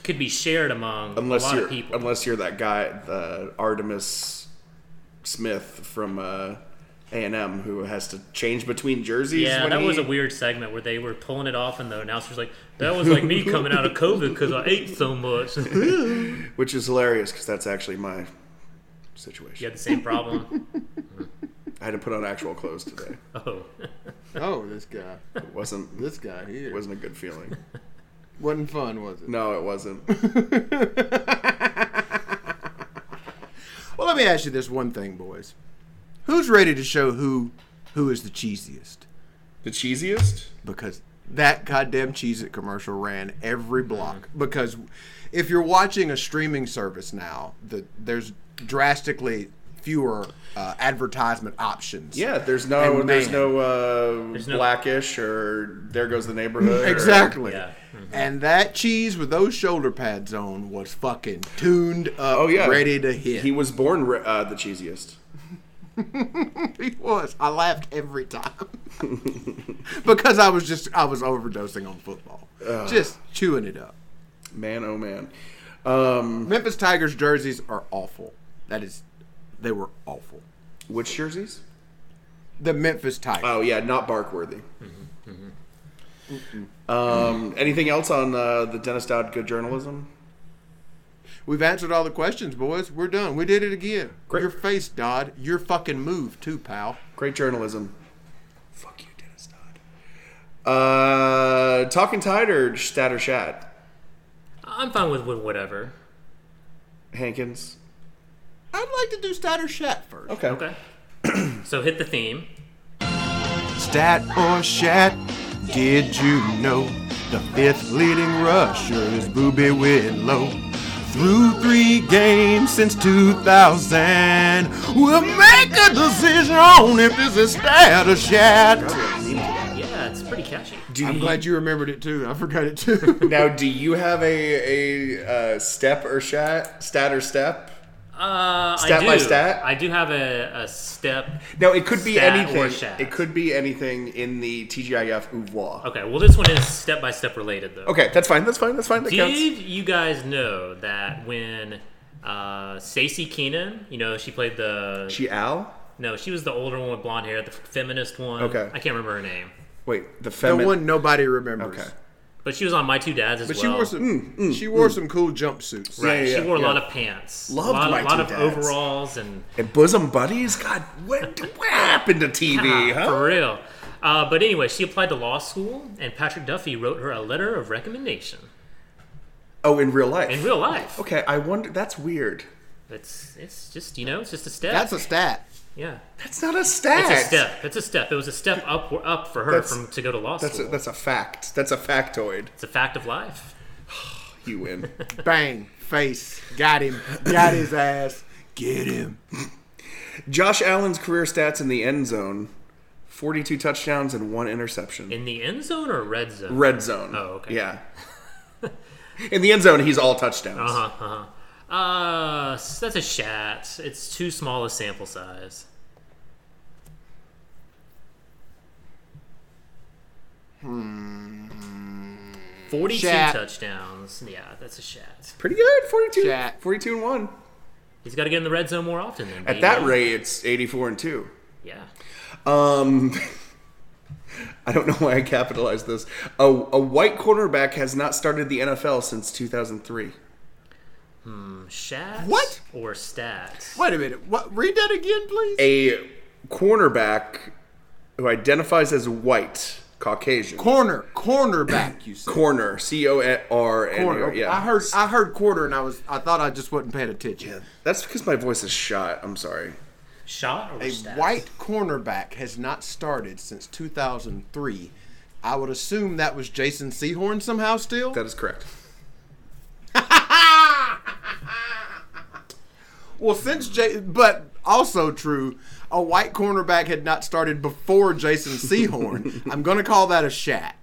could be shared among a unless lot you're of people. unless you're that guy, the Artemis Smith from uh, A and M, who has to change between jerseys. yeah, when that he- was a weird segment where they were pulling it off, and the announcer's like, "That was like me coming out of COVID because I ate so much." you which is hilarious because that's actually my situation. had the same problem. I had to put on actual clothes today. Oh, Oh, this guy, It wasn't this guy here it wasn't a good feeling. wasn't fun, was it? No, it wasn't. Well, let me ask you this one thing, boys. Who's ready to show who who is the cheesiest? The cheesiest? Because that goddamn Cheez It commercial ran every Mm-hmm. block. Because if you're watching a streaming service now, the, there's drastically fewer uh, advertisement options. Yeah, there's no And there's man. no, uh, no- blackish or there goes the neighborhood. or- Exactly. Yeah. Mm-hmm. And that cheese with those shoulder pads on was fucking tuned up, oh yeah, ready to hit. He was born re- uh, the cheesiest. He was. I laughed every time because I was just I was overdosing on football, just chewing it up. Man, oh man. Um, Memphis Tigers jerseys are awful. That is, they were awful. which jerseys? The Memphis Tigers. Oh yeah, not Barkworthy. Mm-hmm. Um, anything else on uh, the Dennis Dodd good journalism? We've answered all the questions, boys. We're done. We did it again. Great. Your face, Dodd. Your fucking move too, pal. Great journalism. Fuck you, Dennis Dodd. Uh, talking tide or stat or shat? I'm fine with whatever. Hankins. I'd like to do stat or shat first. Okay. Okay. so hit the theme. Stat or shat? Did you know the fifth leading rusher is Booby Whitlow? through three games since 2000. We'll make a decision on if this is stat or shat. Yeah, it's pretty catchy. Do I'm you- glad you remembered it too. I forgot it too. Now, do you have a a uh, step or shat, stat or step? Uh, Stat I do. by stat? I do have a, a step. No, it could be Stat or anything. shat. It could be anything in the TGIF ouvroir. Okay, well, this one is step by step related, though. Okay, that's fine. That's fine. That's fine. That counts. Did you guys know that when uh, Stacey Keenan, you know, she played the. She Al? no, she was the older one with blonde hair, the feminist one. Okay. I can't remember her name. Wait, the the feminine. one nobody remembers. Okay. But she was on My Two Dads as But well. she wore some. she wore some cool jumpsuits. Right, Yeah, yeah, she wore a yeah. lot of pants. Loved a lot, My a lot Two of Dads. overalls and. And bosom buddies? God, what, what happened to TV? Ah, huh? For real. Uh, but anyway, she applied to law school, and Patrick Duffy wrote her a letter of recommendation Oh, in real life. in real life. Okay, I wonder. That's weird. It's it's just you know it's just a step. That's a stat. yeah. That's not a stat. It's a step. It's a step. It was a step up up for her That's- from to go to law That's a, school. that's a fact. That's a factoid. it's a fact of life. You win. Bang. Face. Got him. Got his ass. Get him. Josh Allen's career stats in the end zone 42 touchdowns and one interception. In the end zone or red zone? Red zone. Oh, okay. Yeah. in the end zone, he's all touchdowns. Uh huh. Uh-huh. Uh, s- that's a shat. It's too small a sample size. Hmm. Forty-two Shat. touchdowns. Yeah, that's a shat. Pretty good. 42. Chat. 42 and 1. He's got to get in the red zone more often. Then At baby. that rate, it's 84 and 2. yeah. Um, I don't know why I capitalized this. A, a white cornerback has not started the NFL since 2003. Shat. What? Or stats? Wait a minute. What? Read that again, please. A cornerback who identifies as white, Caucasian. Corner. Cornerback. You said. corner. C O R N E R, Corner. Yeah. I heard. I heard quarter, and I was. I thought I just wasn't paying attention. That's because my voice is shot. I'm sorry. Shot or A stats? white cornerback has not started since 2003. I would assume that was Jason Sehorn somehow still. That is correct. well, since J- but also true, a white cornerback had not started before Jason Sehorn. I'm going to call that a shat.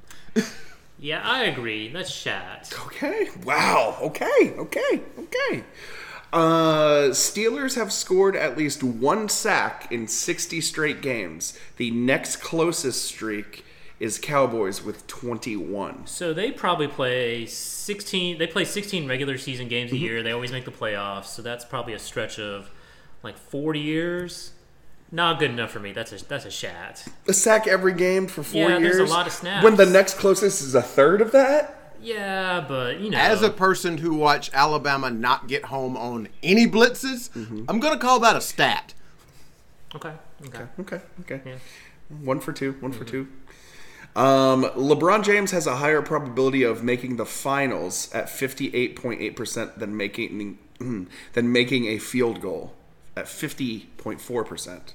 Yeah, I agree. That's shat. Okay. Wow. Okay. Okay. Okay. Uh, Steelers have scored at least one sack in 60 straight games. The next closest streak is Cowboys with 21. So they probably play 16 they play 16 regular season games Mm-hmm. a year. They always make the playoffs. So that's probably a stretch of like 40 years. Not good enough for me. That's a that's a shat. A sack every game for four Yeah, years. there's a lot of snaps. When the next closest is a third of that? Yeah, but you know. As a person who watched Alabama not get home on any blitzes, I'm going to call that a stat. okay. Okay. Okay. Okay. One for two. One for Mm-hmm. two. Um, LeBron James has a higher probability of making the finals at fifty-eight point eight percent than making than making a field goal at fifty point four percent.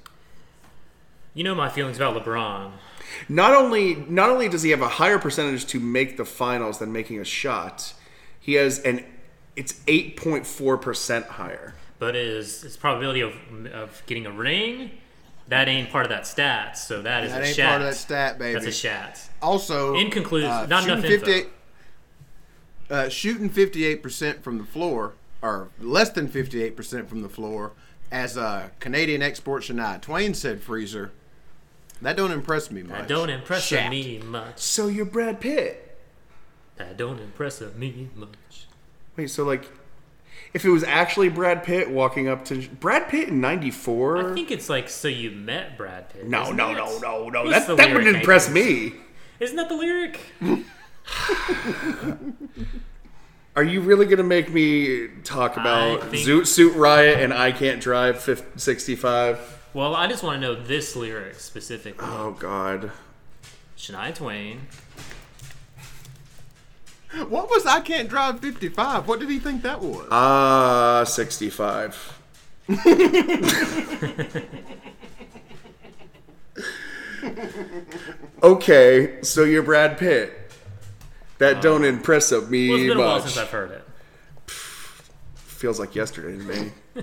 You know my feelings about LeBron. Not only not only does he have a higher percentage to make the finals than making a shot, he has an it's eight point four percent higher. But is his probability of of getting a ring that ain't part of that stat. So that is That a ain't shat. part of that stat, baby. That's a shat. Also, In conclusion, uh, not enough shooting info. 58 uh, shooting fifty-eight percent from the floor, or less than fifty-eight percent from the floor, as uh, Canadian export Shania Twain said, "Freezer." That don't impress me much. That don't impress Shat. me much. So you're Brad Pitt. That don't impress me much. Wait, so like, if it was actually Brad Pitt walking up to Brad Pitt in '94? I think it's like so you met Brad Pitt. no, isn't no, it? no, no, no. What's That the that would lyric, impress I me. Isn't that the lyric? Are you really gonna make me talk about think- Zoot Suit Riot and I Can't Drive 50, 65? Well, I just want to know this lyric specifically. Oh God. Shania Twain. What was I can't drive fifty-five? What did he think that was? Ah, 65. okay, so you're Brad Pitt. That don't impress me Uh, Well, it's been a while much. since I've heard it. feels like yesterday to me.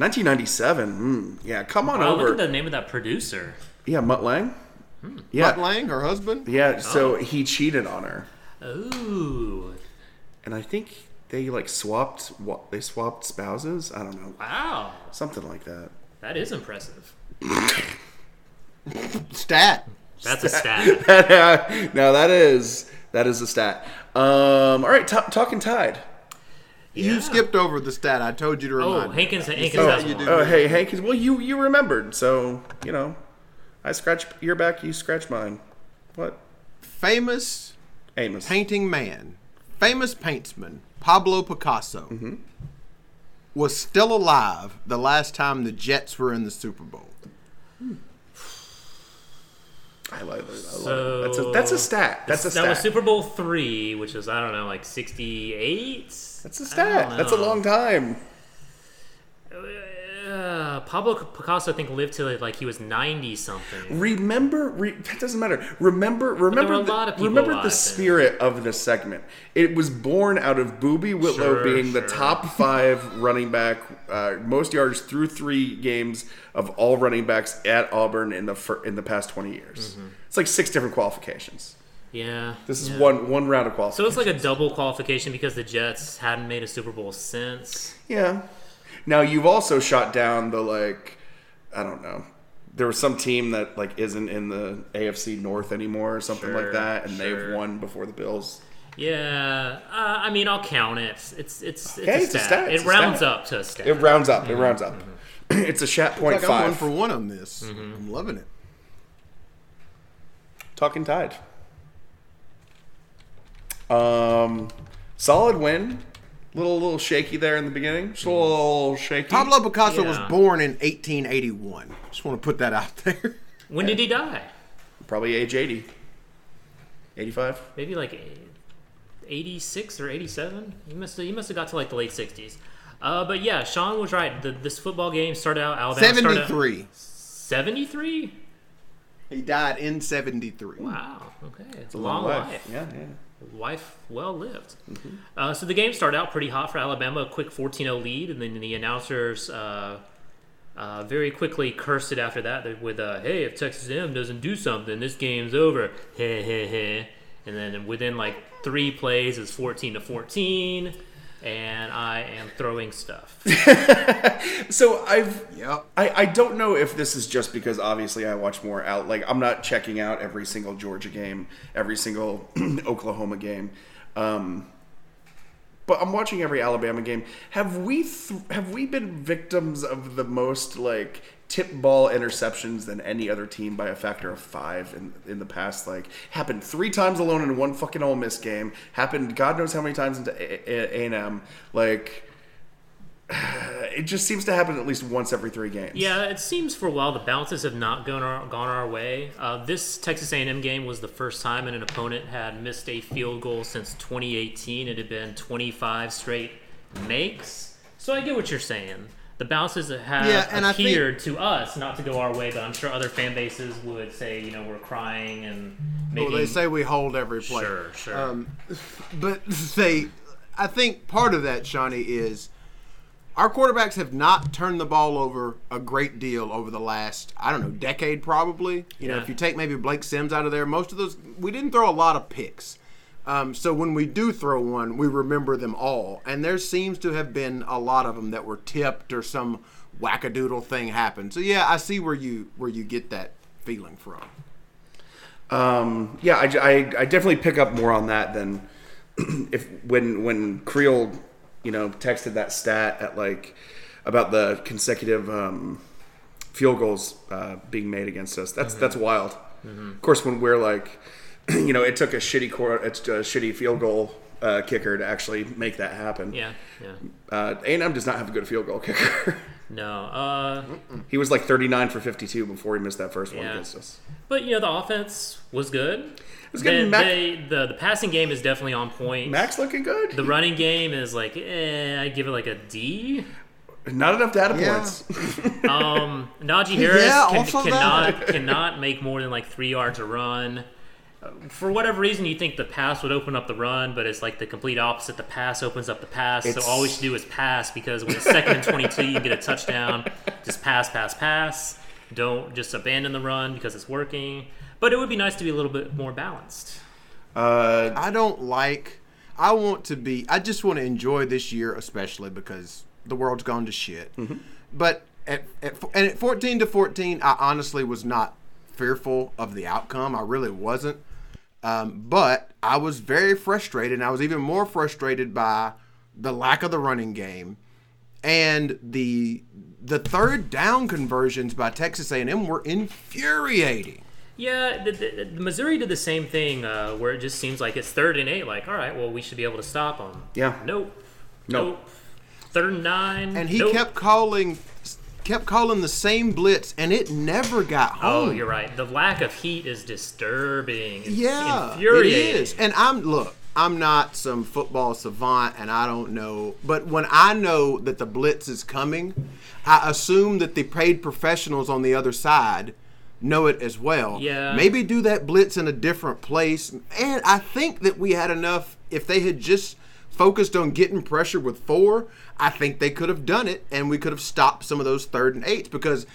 1997. Mm, yeah, come on Oh, look over. at the name of that producer. yeah, Mutt Lang. Hmm. Yeah, Butt Lang, her husband. Oh. yeah. So he cheated on her, Ooh. and I think they like swapped. wa- They swapped spouses. I don't know, Wow. something like that. That is impressive. Stat. That's a stat. now that is that is a stat. Um, all right, t- talking tide. Yeah. You skipped over the stat. I told you to remind. Oh, me. Hankins, Hankins said has you one. do. Oh, hey, Hank. Well, you you remembered, so you know. I scratch your back, you scratch mine. What? Famous Amos. painting man, famous paintsman Pablo Picasso was still alive the last time the Jets were in the Super Bowl. I like that. I So- love it. that's a that's a stat. That's a stat. That was Super Bowl three, which was I don't know, like sixty-eight. That's a stat. That's a long time. Uh, Pablo Picasso, I think, lived till like he was ninety something. Remember, re, that doesn't matter. Remember, were remember, a lot of the, people remember alive the then. spirit of the segment. It was born out of Booby Whitlow Sure, being the sure. top five running back, uh, most yards through three games of all running backs at Auburn in the fir- in the past twenty years. It's like six different qualifications. Yeah. This is Mm-hmm. yeah. one one round of qualifications. So it's like a double qualification because the Jets hadn't made a Super Bowl since. Yeah. Now you've also shot down the like, I don't know. There was some team that like isn't in the AFC North anymore or something like Sure, that, and sure. they've won before the Bills. Yeah, uh, I mean, I'll count it. It's it's it's, Okay, it's, a, stat. it's It a rounds stat. up to a stat. It rounds up. It Mm-hmm. rounds up. it's a shat point Like I'm one five. for one on this. Mm-hmm. I'm loving it. Talking Tide. Um, solid win. Little little shaky there in the beginning. Just a little shaky. Pablo Picasso was Yeah. born in 1881. Just want to put that out there. when did he die? probably age eighty. Eighty-five. Maybe like eighty-six or eighty-seven. You must you must have got to like the late sixties. Uh, but yeah, Sean was right. The, this football game started out Alabama. 73. Seventy-three. He died in 73. Wow. Okay, it's a long, life. Yeah, yeah. life well lived. Uh, so the game started out pretty hot for Alabama, a quick 14 0 lead, and then the announcers uh, uh, very quickly cursed it after that that with, uh, hey, if Texas A&M doesn't do something, this game's over. Heh, heh, heh. And then within like three plays, it's 14 to 14, and I am throwing stuff. So I've Yep. I, I don't know if this is just because obviously I watch more out. Like I'm not checking out every single Georgia game, every single Oklahoma game, um, but I'm watching every Alabama game. Have we th- have we been victims of the most like tip ball interceptions than any other team by a factor of five in in the past? Like happened three times alone in one fucking Ole Miss game. Happened God knows how many times into A and M. Like. It just seems to happen at least once every three games. Yeah, it seems for a while the bounces have not gone our, gone our way. Uh, this Texas A&M game was the first time that an opponent had missed a field goal since 2018. It had been 25 straight makes. So I get what you're saying. The bounces that have Yeah, and I think- appeared to us not to go our way, but I'm sure other fan bases would say, you know, we're crying and making. Well, they say Um, we hold every play. sure, sure. But they, I think part of that, Shawnee, is our quarterbacks have not turned the ball over a great deal over the last, I don't know, decade probably. You know, Yeah. if you take maybe Blake Sims out of there, most of those, we didn't throw a lot of picks. Um, so when we do throw one, we remember them all. And there seems to have been a lot of them that were tipped or some wackadoodle thing happened. So yeah, I see where you where you get that feeling from. Um, yeah, I, I, I definitely pick up more on that than if when when Creel, you know, texted that stat at like about the consecutive um, field goals uh, being made against us. Mm-hmm. That's that's wild. Of course, when we're like, you know, it took a shitty cor- it's a shitty field goal uh, kicker to actually make that happen. yeah, yeah. Uh, A&M does not have a good field goal kicker. No. Uh, he was like 39 for 52 before he missed that first one Yeah. against us. But you know the offense was good. was good. They- Mac- they- the the passing game is definitely on point. Max looking good. The running game is like eh, I give it like a D. Not enough data Yeah. points. Um, Najee Harris Yeah, can, also cannot cannot make more than like three yards a run. Uh, for whatever reason, you think the pass would open up the run, but it's like the complete opposite. The pass opens up the pass. It's- So all we should do is pass because when it's second and 22, you get a touchdown. Just pass, pass, pass. Don't just abandon the run because it's working. But it would be nice to be a little bit more balanced. Uh, I don't like. I want to be. I just want to enjoy this year, especially because the world's gone to shit. But at, at fo- and at fourteen to fourteen, I honestly was not fearful of the outcome. I really wasn't. Um, but I was very frustrated, and I was even more frustrated by the lack of the running game and the the third down conversions by Texas A&M were infuriating. Yeah, the, the, the Missouri did the same thing uh, where it just seems like it's third and eight. Like, all right, well, we should be able to stop them. Yeah. Nope. Nope. Third and nine. and he Nope. kept calling kept calling the same blitz and it never got home Oh, you're right. The lack of heat is disturbing. It's yeah infuriating. it is and i'm look i'm not some football savant and i don't know but when i know that the blitz is coming i assume that the paid professionals on the other side know it as well Yeah. maybe do that blitz in a different place and i think that we had enough if they had just focused on getting pressure with four i think they could have done it and we could have stopped some of those third and eights because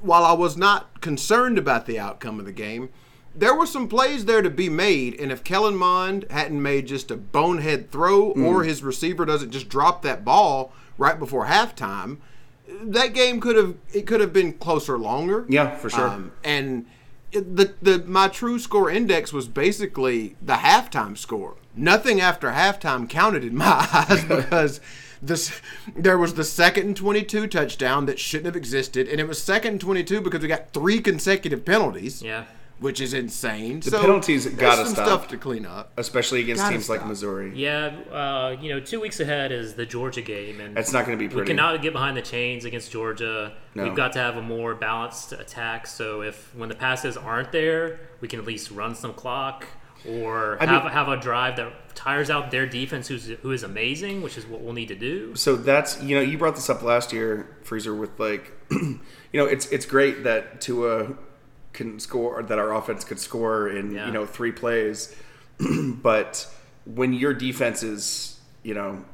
while I was not concerned about the outcome of the game, there were some plays there to be made, and if Kellen Mond hadn't made just a bonehead throw Hmm. or his receiver doesn't just drop that ball right before halftime, that game could have it could have been closer longer. Um, Yeah, for sure. and it- the the my true score index was basically the halftime score. Nothing after halftime counted in my eyes because this there was the second and twenty two touchdown that shouldn't have existed, and it was second and twenty two because we got three consecutive penalties. Yeah. Which is insane. The penalties gotta some stop. stuff to clean up. especially against Gotta teams like stop. Missouri. Yeah, uh, you know, two weeks ahead is the Georgia game, and That's not going to be we pretty. cannot get behind the chains against Georgia. No. We've got to have a more balanced attack. So if when the passes aren't there, we can at least run some clock or I have mean- have a drive that tires out their defense, who's who is amazing, which is what we'll need to do. so that's you know you brought this up last year, Freezer, with like you know it's it's great that Tua can score or that our offense could score in Yeah. you know three plays, but when your defense is you know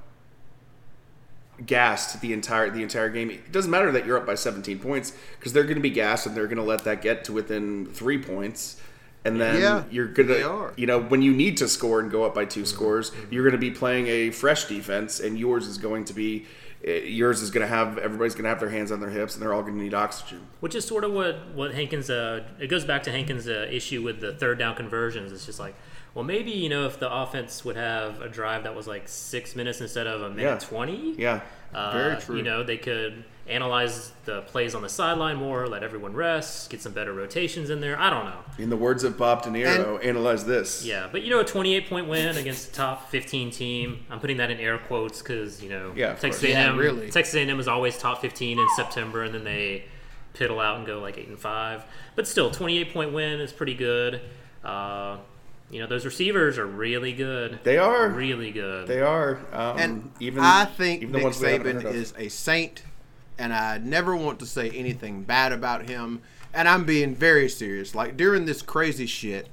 gassed the entire the entire game, it doesn't matter that you're up by 17 points because they're going to be gassed and they're going to let that get to within three points. And then Yeah, you're gonna, they are. you know, when you need to score and go up by 2 Mm-hmm. scores, you're going to be playing a fresh defense, and yours is going to be, eh, yours is going to have everybody's going to have their hands on their hips, and they're all going to need oxygen. Which is sort of what what Hankins. Uh, it goes back to Hankins' uh, issue with the third down conversions. It's just like, well, maybe you know, if the offense would have a drive that was like six minutes instead of a Yeah. minute twenty, Yeah, uh, Very true. You know, they could analyze the plays on the sideline more, let everyone rest, get some better rotations in there. I don't know. in the words of Bob De Niro, analyze this. Yeah, but you know, a 28 point win against a top 15 team. I'm putting that in air quotes because you know, Yeah, of Texas course. A&M. Yeah, really. Texas A&M is always top 15 in September, and then they piddle out and go like eight and five. But still, 28 point win is pretty good. Uh, you know, those receivers are really good. They are. really good. They are. Um, And even I think even the Nick ones we haven't Saban heard of. is a saint, and I never want to say anything bad about him. And I'm being very serious. Like during this crazy shit,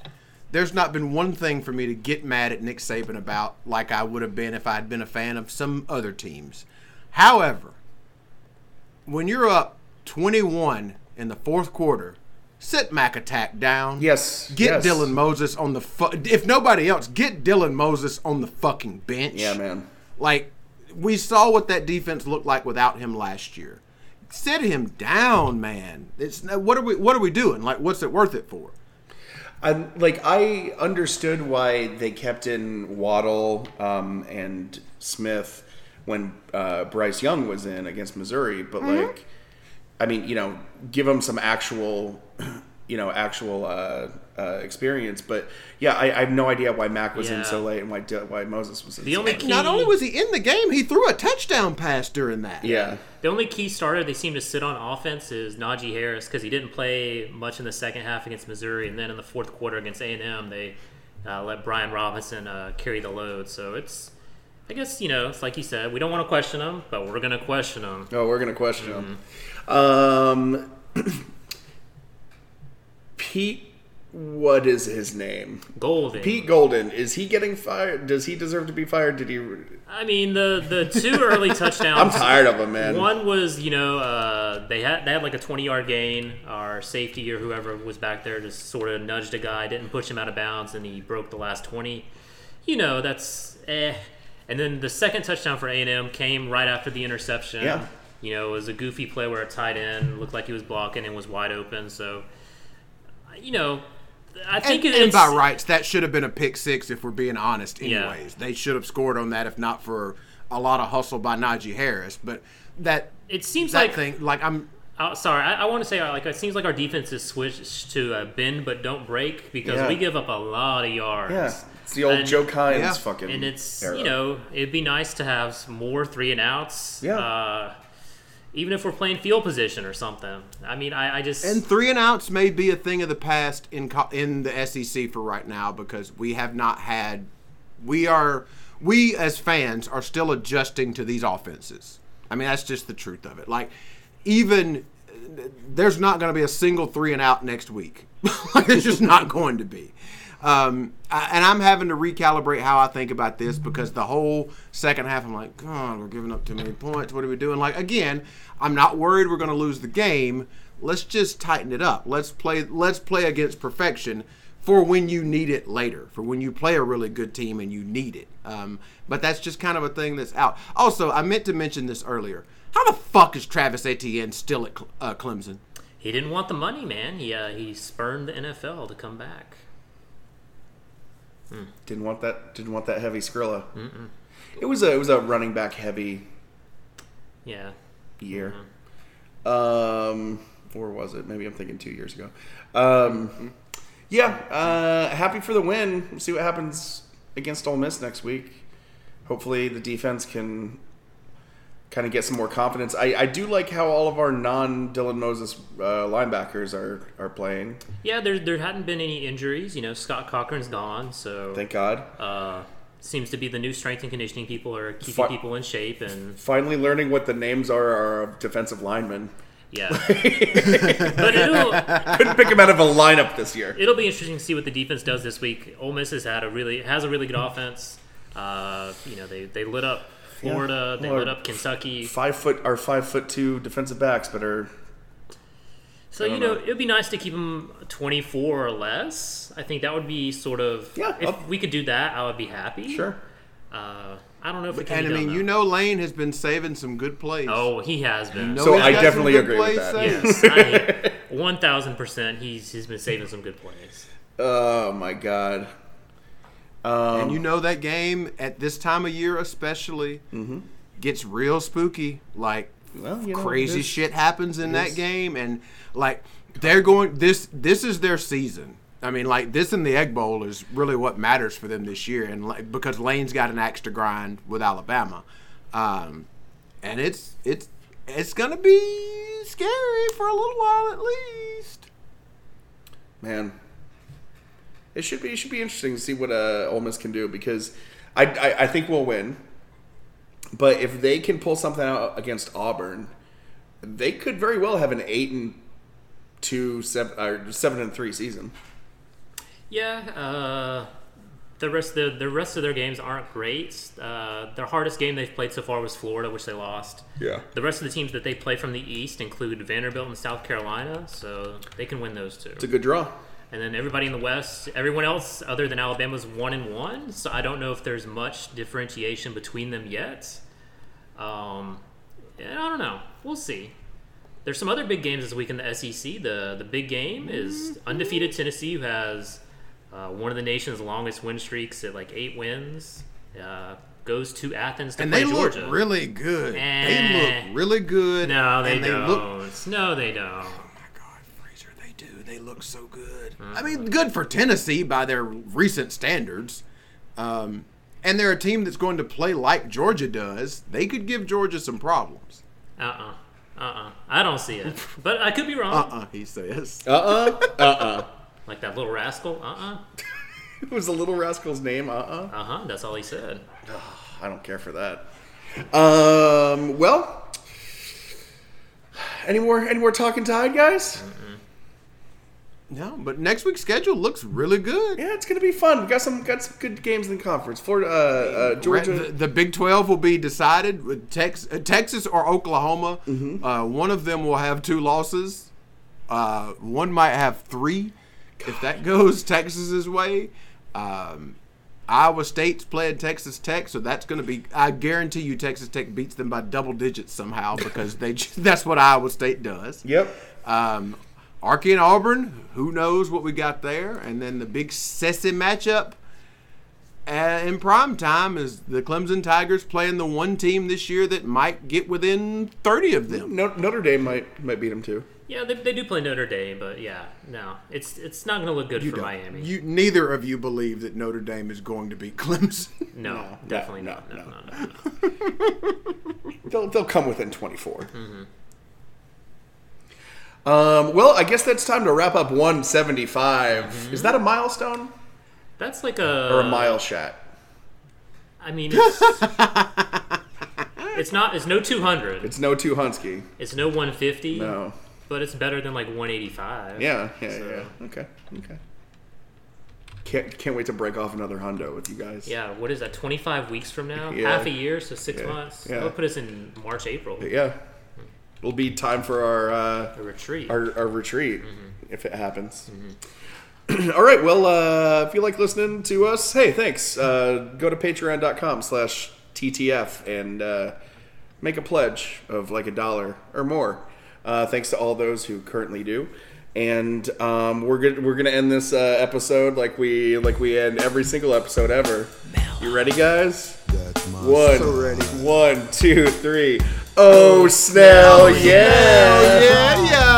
there's not been one thing for me to get mad at Nick Saban about, like I would have been if I had been a fan of some other teams. However, when you're up 21 in the fourth quarter, sit Mac Attack down. Yes, Get yes. Dylan Moses on the fu- if nobody else, get Dylan Moses on the fucking bench. Yeah, man. Like we saw what that defense looked like without him last year. Set him down, man. It's what are we what are we doing? Like what's it worth it for? I like I understood why they kept in Waddle um, and Smith when uh, Bryce Young was in against Missouri, but Mm-hmm. like, I mean, you know, give them some actual, you know, actual uh, uh, experience. But yeah, I, I have no idea why Mac was in Yeah. so late and why Dil- why Moses was in. The so only late. key, Not only was he in the game, he threw a touchdown pass during that. yeah, The only key starter they seem to sit on offense is Najee Harris because he didn't play much in the second half against Missouri, and then in the fourth quarter against A and M, they uh, let Brian Robinson uh, carry the load. So it's, I guess you know, it's like you said, we don't want to question him, but we're gonna question him. oh, we're gonna question Mm-hmm. him. Um, Pete what is his name? Golden. Pete Golden. Is he getting fired? Does he deserve to be fired? Did he? I mean, the the two early touchdowns. I'm tired of him, man. One was, you know, uh, they had they had like a 20 yard gain. Our safety or whoever was back there just sort of nudged a guy, didn't push him out of bounds, and he broke the last 20. You know, that's eh. And then the second touchdown for A&M came right after the interception. Yeah. You know, it was a goofy play where it tied in, looked like he was blocking and was wide open. So, you know, I And, think it- and it's by rights, that should have been a pick six if we're being honest. Yeah. Anyways, they should have scored on that if not for a lot of hustle by Najee Harris. But that It seems that like thing, like I'm Uh, sorry, I, I want to say uh, like it seems like our defense is switched to uh, bend but don't break because Yeah. we give up a lot of yards. Yeah, it's the old And- Joe Kynes yeah. fucking. and it's era. you know it'd be nice to have some more three and outs. Yeah. Uh, even if we're playing field position or something. I mean, I, I just And three and outs may be a thing of the past in co- in the SEC for right now because we have not had we are we as fans are still adjusting to these offenses. I mean that's just the truth of it. Like even there's not going to be a single three and out next week. like, there's just not going to be. Um, I, and I'm having to recalibrate how I think about this because the whole second half, I'm like, God, we're giving up too many points. What are we doing? Like, again, I'm not worried we're going to lose the game. Let's just tighten it up. Let's play. Let's play against perfection for when you need it later, for when you play a really good team and you need it. Um, but that's just kind of a thing that's out. Also, I meant to mention this earlier. How the fuck is Travis Etienne still at Cle- uh, Clemson? he didn't want the money, man. He uh, he spurned the NFL to come back. didn't want that. Didn't want that heavy Skrilla. It was a it was a running back heavy Yeah. year. Um, or was it? Maybe I'm thinking two years ago. Um, yeah, uh, happy for the win. We'll see what happens against Ole Miss next week. Hopefully, the defense can kind of get some more confidence. I, I do like how all of our non Dylan Moses uh, linebackers are are playing. Yeah, there, there hadn't been any injuries. You know, Scott Cochran's gone, so Thank God. uh, seems to be the new strength and conditioning people are keeping Fi- people in shape and Finally, learning what the names are of defensive linemen. yeah. but it'll Couldn't pick them out of a lineup this year. it'll be interesting to see what the defense does this week. Ole Miss has had a really has a really good offense. Uh, you know they, they lit up Florida, they Well, lit up Kentucky. Five foot are five foot two defensive backs, but are So you oh. know, it'd be nice to keep them 24 or less. I think that would be sort of Yeah, If up- we could do that, I would be happy. sure. Uh, I don't know if we can. And I be done, mean, though. you know, Lane has been saving some good plays. Oh, he has been. No, So he's I got some definitely good agree with plays that. saved. Yes, I, one thousand percent. He's he's been saving some good plays. Oh my god. And you know that game at this time of year, especially, gets real spooky. Like Mm-hmm. Well, you know, crazy there's- shit happens in that is- game, and like they're going this. This is their season. I mean, like this and the Egg Bowl is really what matters for them this year, and like, because Lane's got an axe to grind with Alabama, um, and it's it's it's gonna be scary for a little while at least. Man, it should be it should be interesting to see what uh, Ole Miss can do because I, I I think we'll win, but if they can pull something out against Auburn, they could very well have an eight and two seven or seven and three season. Yeah, uh, the rest the the rest of their games aren't great. Uh, their hardest game they've played so far was Florida, which they lost. Yeah. The rest of the teams that they play from the East include Vanderbilt and South Carolina, so they can win those two. It's a good draw. And then everybody in the West, everyone else other than Alabama's one and one. So I don't know if there's much differentiation between them yet. Um, and I don't know. We'll see. There's some other big games this week in the SEC. The the big game is undefeated Tennessee, who has uh, one of the nation's longest win streaks at like eight wins. Uh, goes to Athens to And play they Georgia. look really good. Eh. They look really good. no, they, and don't. Look, No, they don't. my God, Fraser, they do. They look so good. I mean, good for Tennessee by their recent standards. Um, and they're a team that's going to play like Georgia does. They could give Georgia some problems. Uh uh-uh. uh. I don't see it. But I could be wrong. Uh uh he says. Uh uh uh uh. Like that little rascal. Uh uh-uh. uh. It was the little rascal's name. Uh uh. Uh huh. That's all he said. I don't care for that. Um. Well. Any more? Any more talking tide, guys? No, but next week's schedule looks really good. Yeah, it's gonna be fun. We got some got some good games in the conference. Florida, uh, uh, Georgia. Right, The, the Big 12 will be decided with Tex, uh, Texas or Oklahoma. Uh, one of them will have two losses. Uh, one might have three. If that goes Texas's way, um, Iowa State's playing Texas Tech, so that's going to be. I guarantee you, Texas Tech beats them by double digits somehow because they ju- that's what Iowa State does. Yep. Um, Arky and Auburn, who knows what we got there? And then the big sessy matchup uh, in prime time is the Clemson Tigers playing the one team this year that might get within 30 of them. No, Notre Dame might might beat them too. Yeah, they, they do play Notre Dame, but yeah, no, it's it's not going to look good for don't- Miami. You, neither of you believe that Notre Dame is going to beat Clemson. no, definitely no, not. No, no. no, no, no. They'll they'll come within 24. Um, well, I guess that's time to wrap up 175. Is that a milestone That's like a or a mile shot? I mean, it's, it's not. It's no 200. It's no two Hunsky. It's no 150. No. But it's better than like 185. Yeah, yeah, So- yeah. Okay, okay. Can't can't wait to break off another hundo with you guys. Yeah, what is that? 25 weeks from now? Yeah. Half a year, so six Yeah. months. Yeah. That'll put us in March, April. yeah. It'll be time for our uh, A retreat. our, our retreat if it happens. All right. Well, uh, if you like listening to us, hey, thanks. Uh, go to patreon.com slash TTF and uh, make a pledge of like a dollar or more. Uh, thanks to all those who currently do. And um, we're good, we're gonna end this uh, episode like we like we end every single episode ever. You ready, guys? One, one, two, three. Oh, Snell, yeah. yeah, yeah.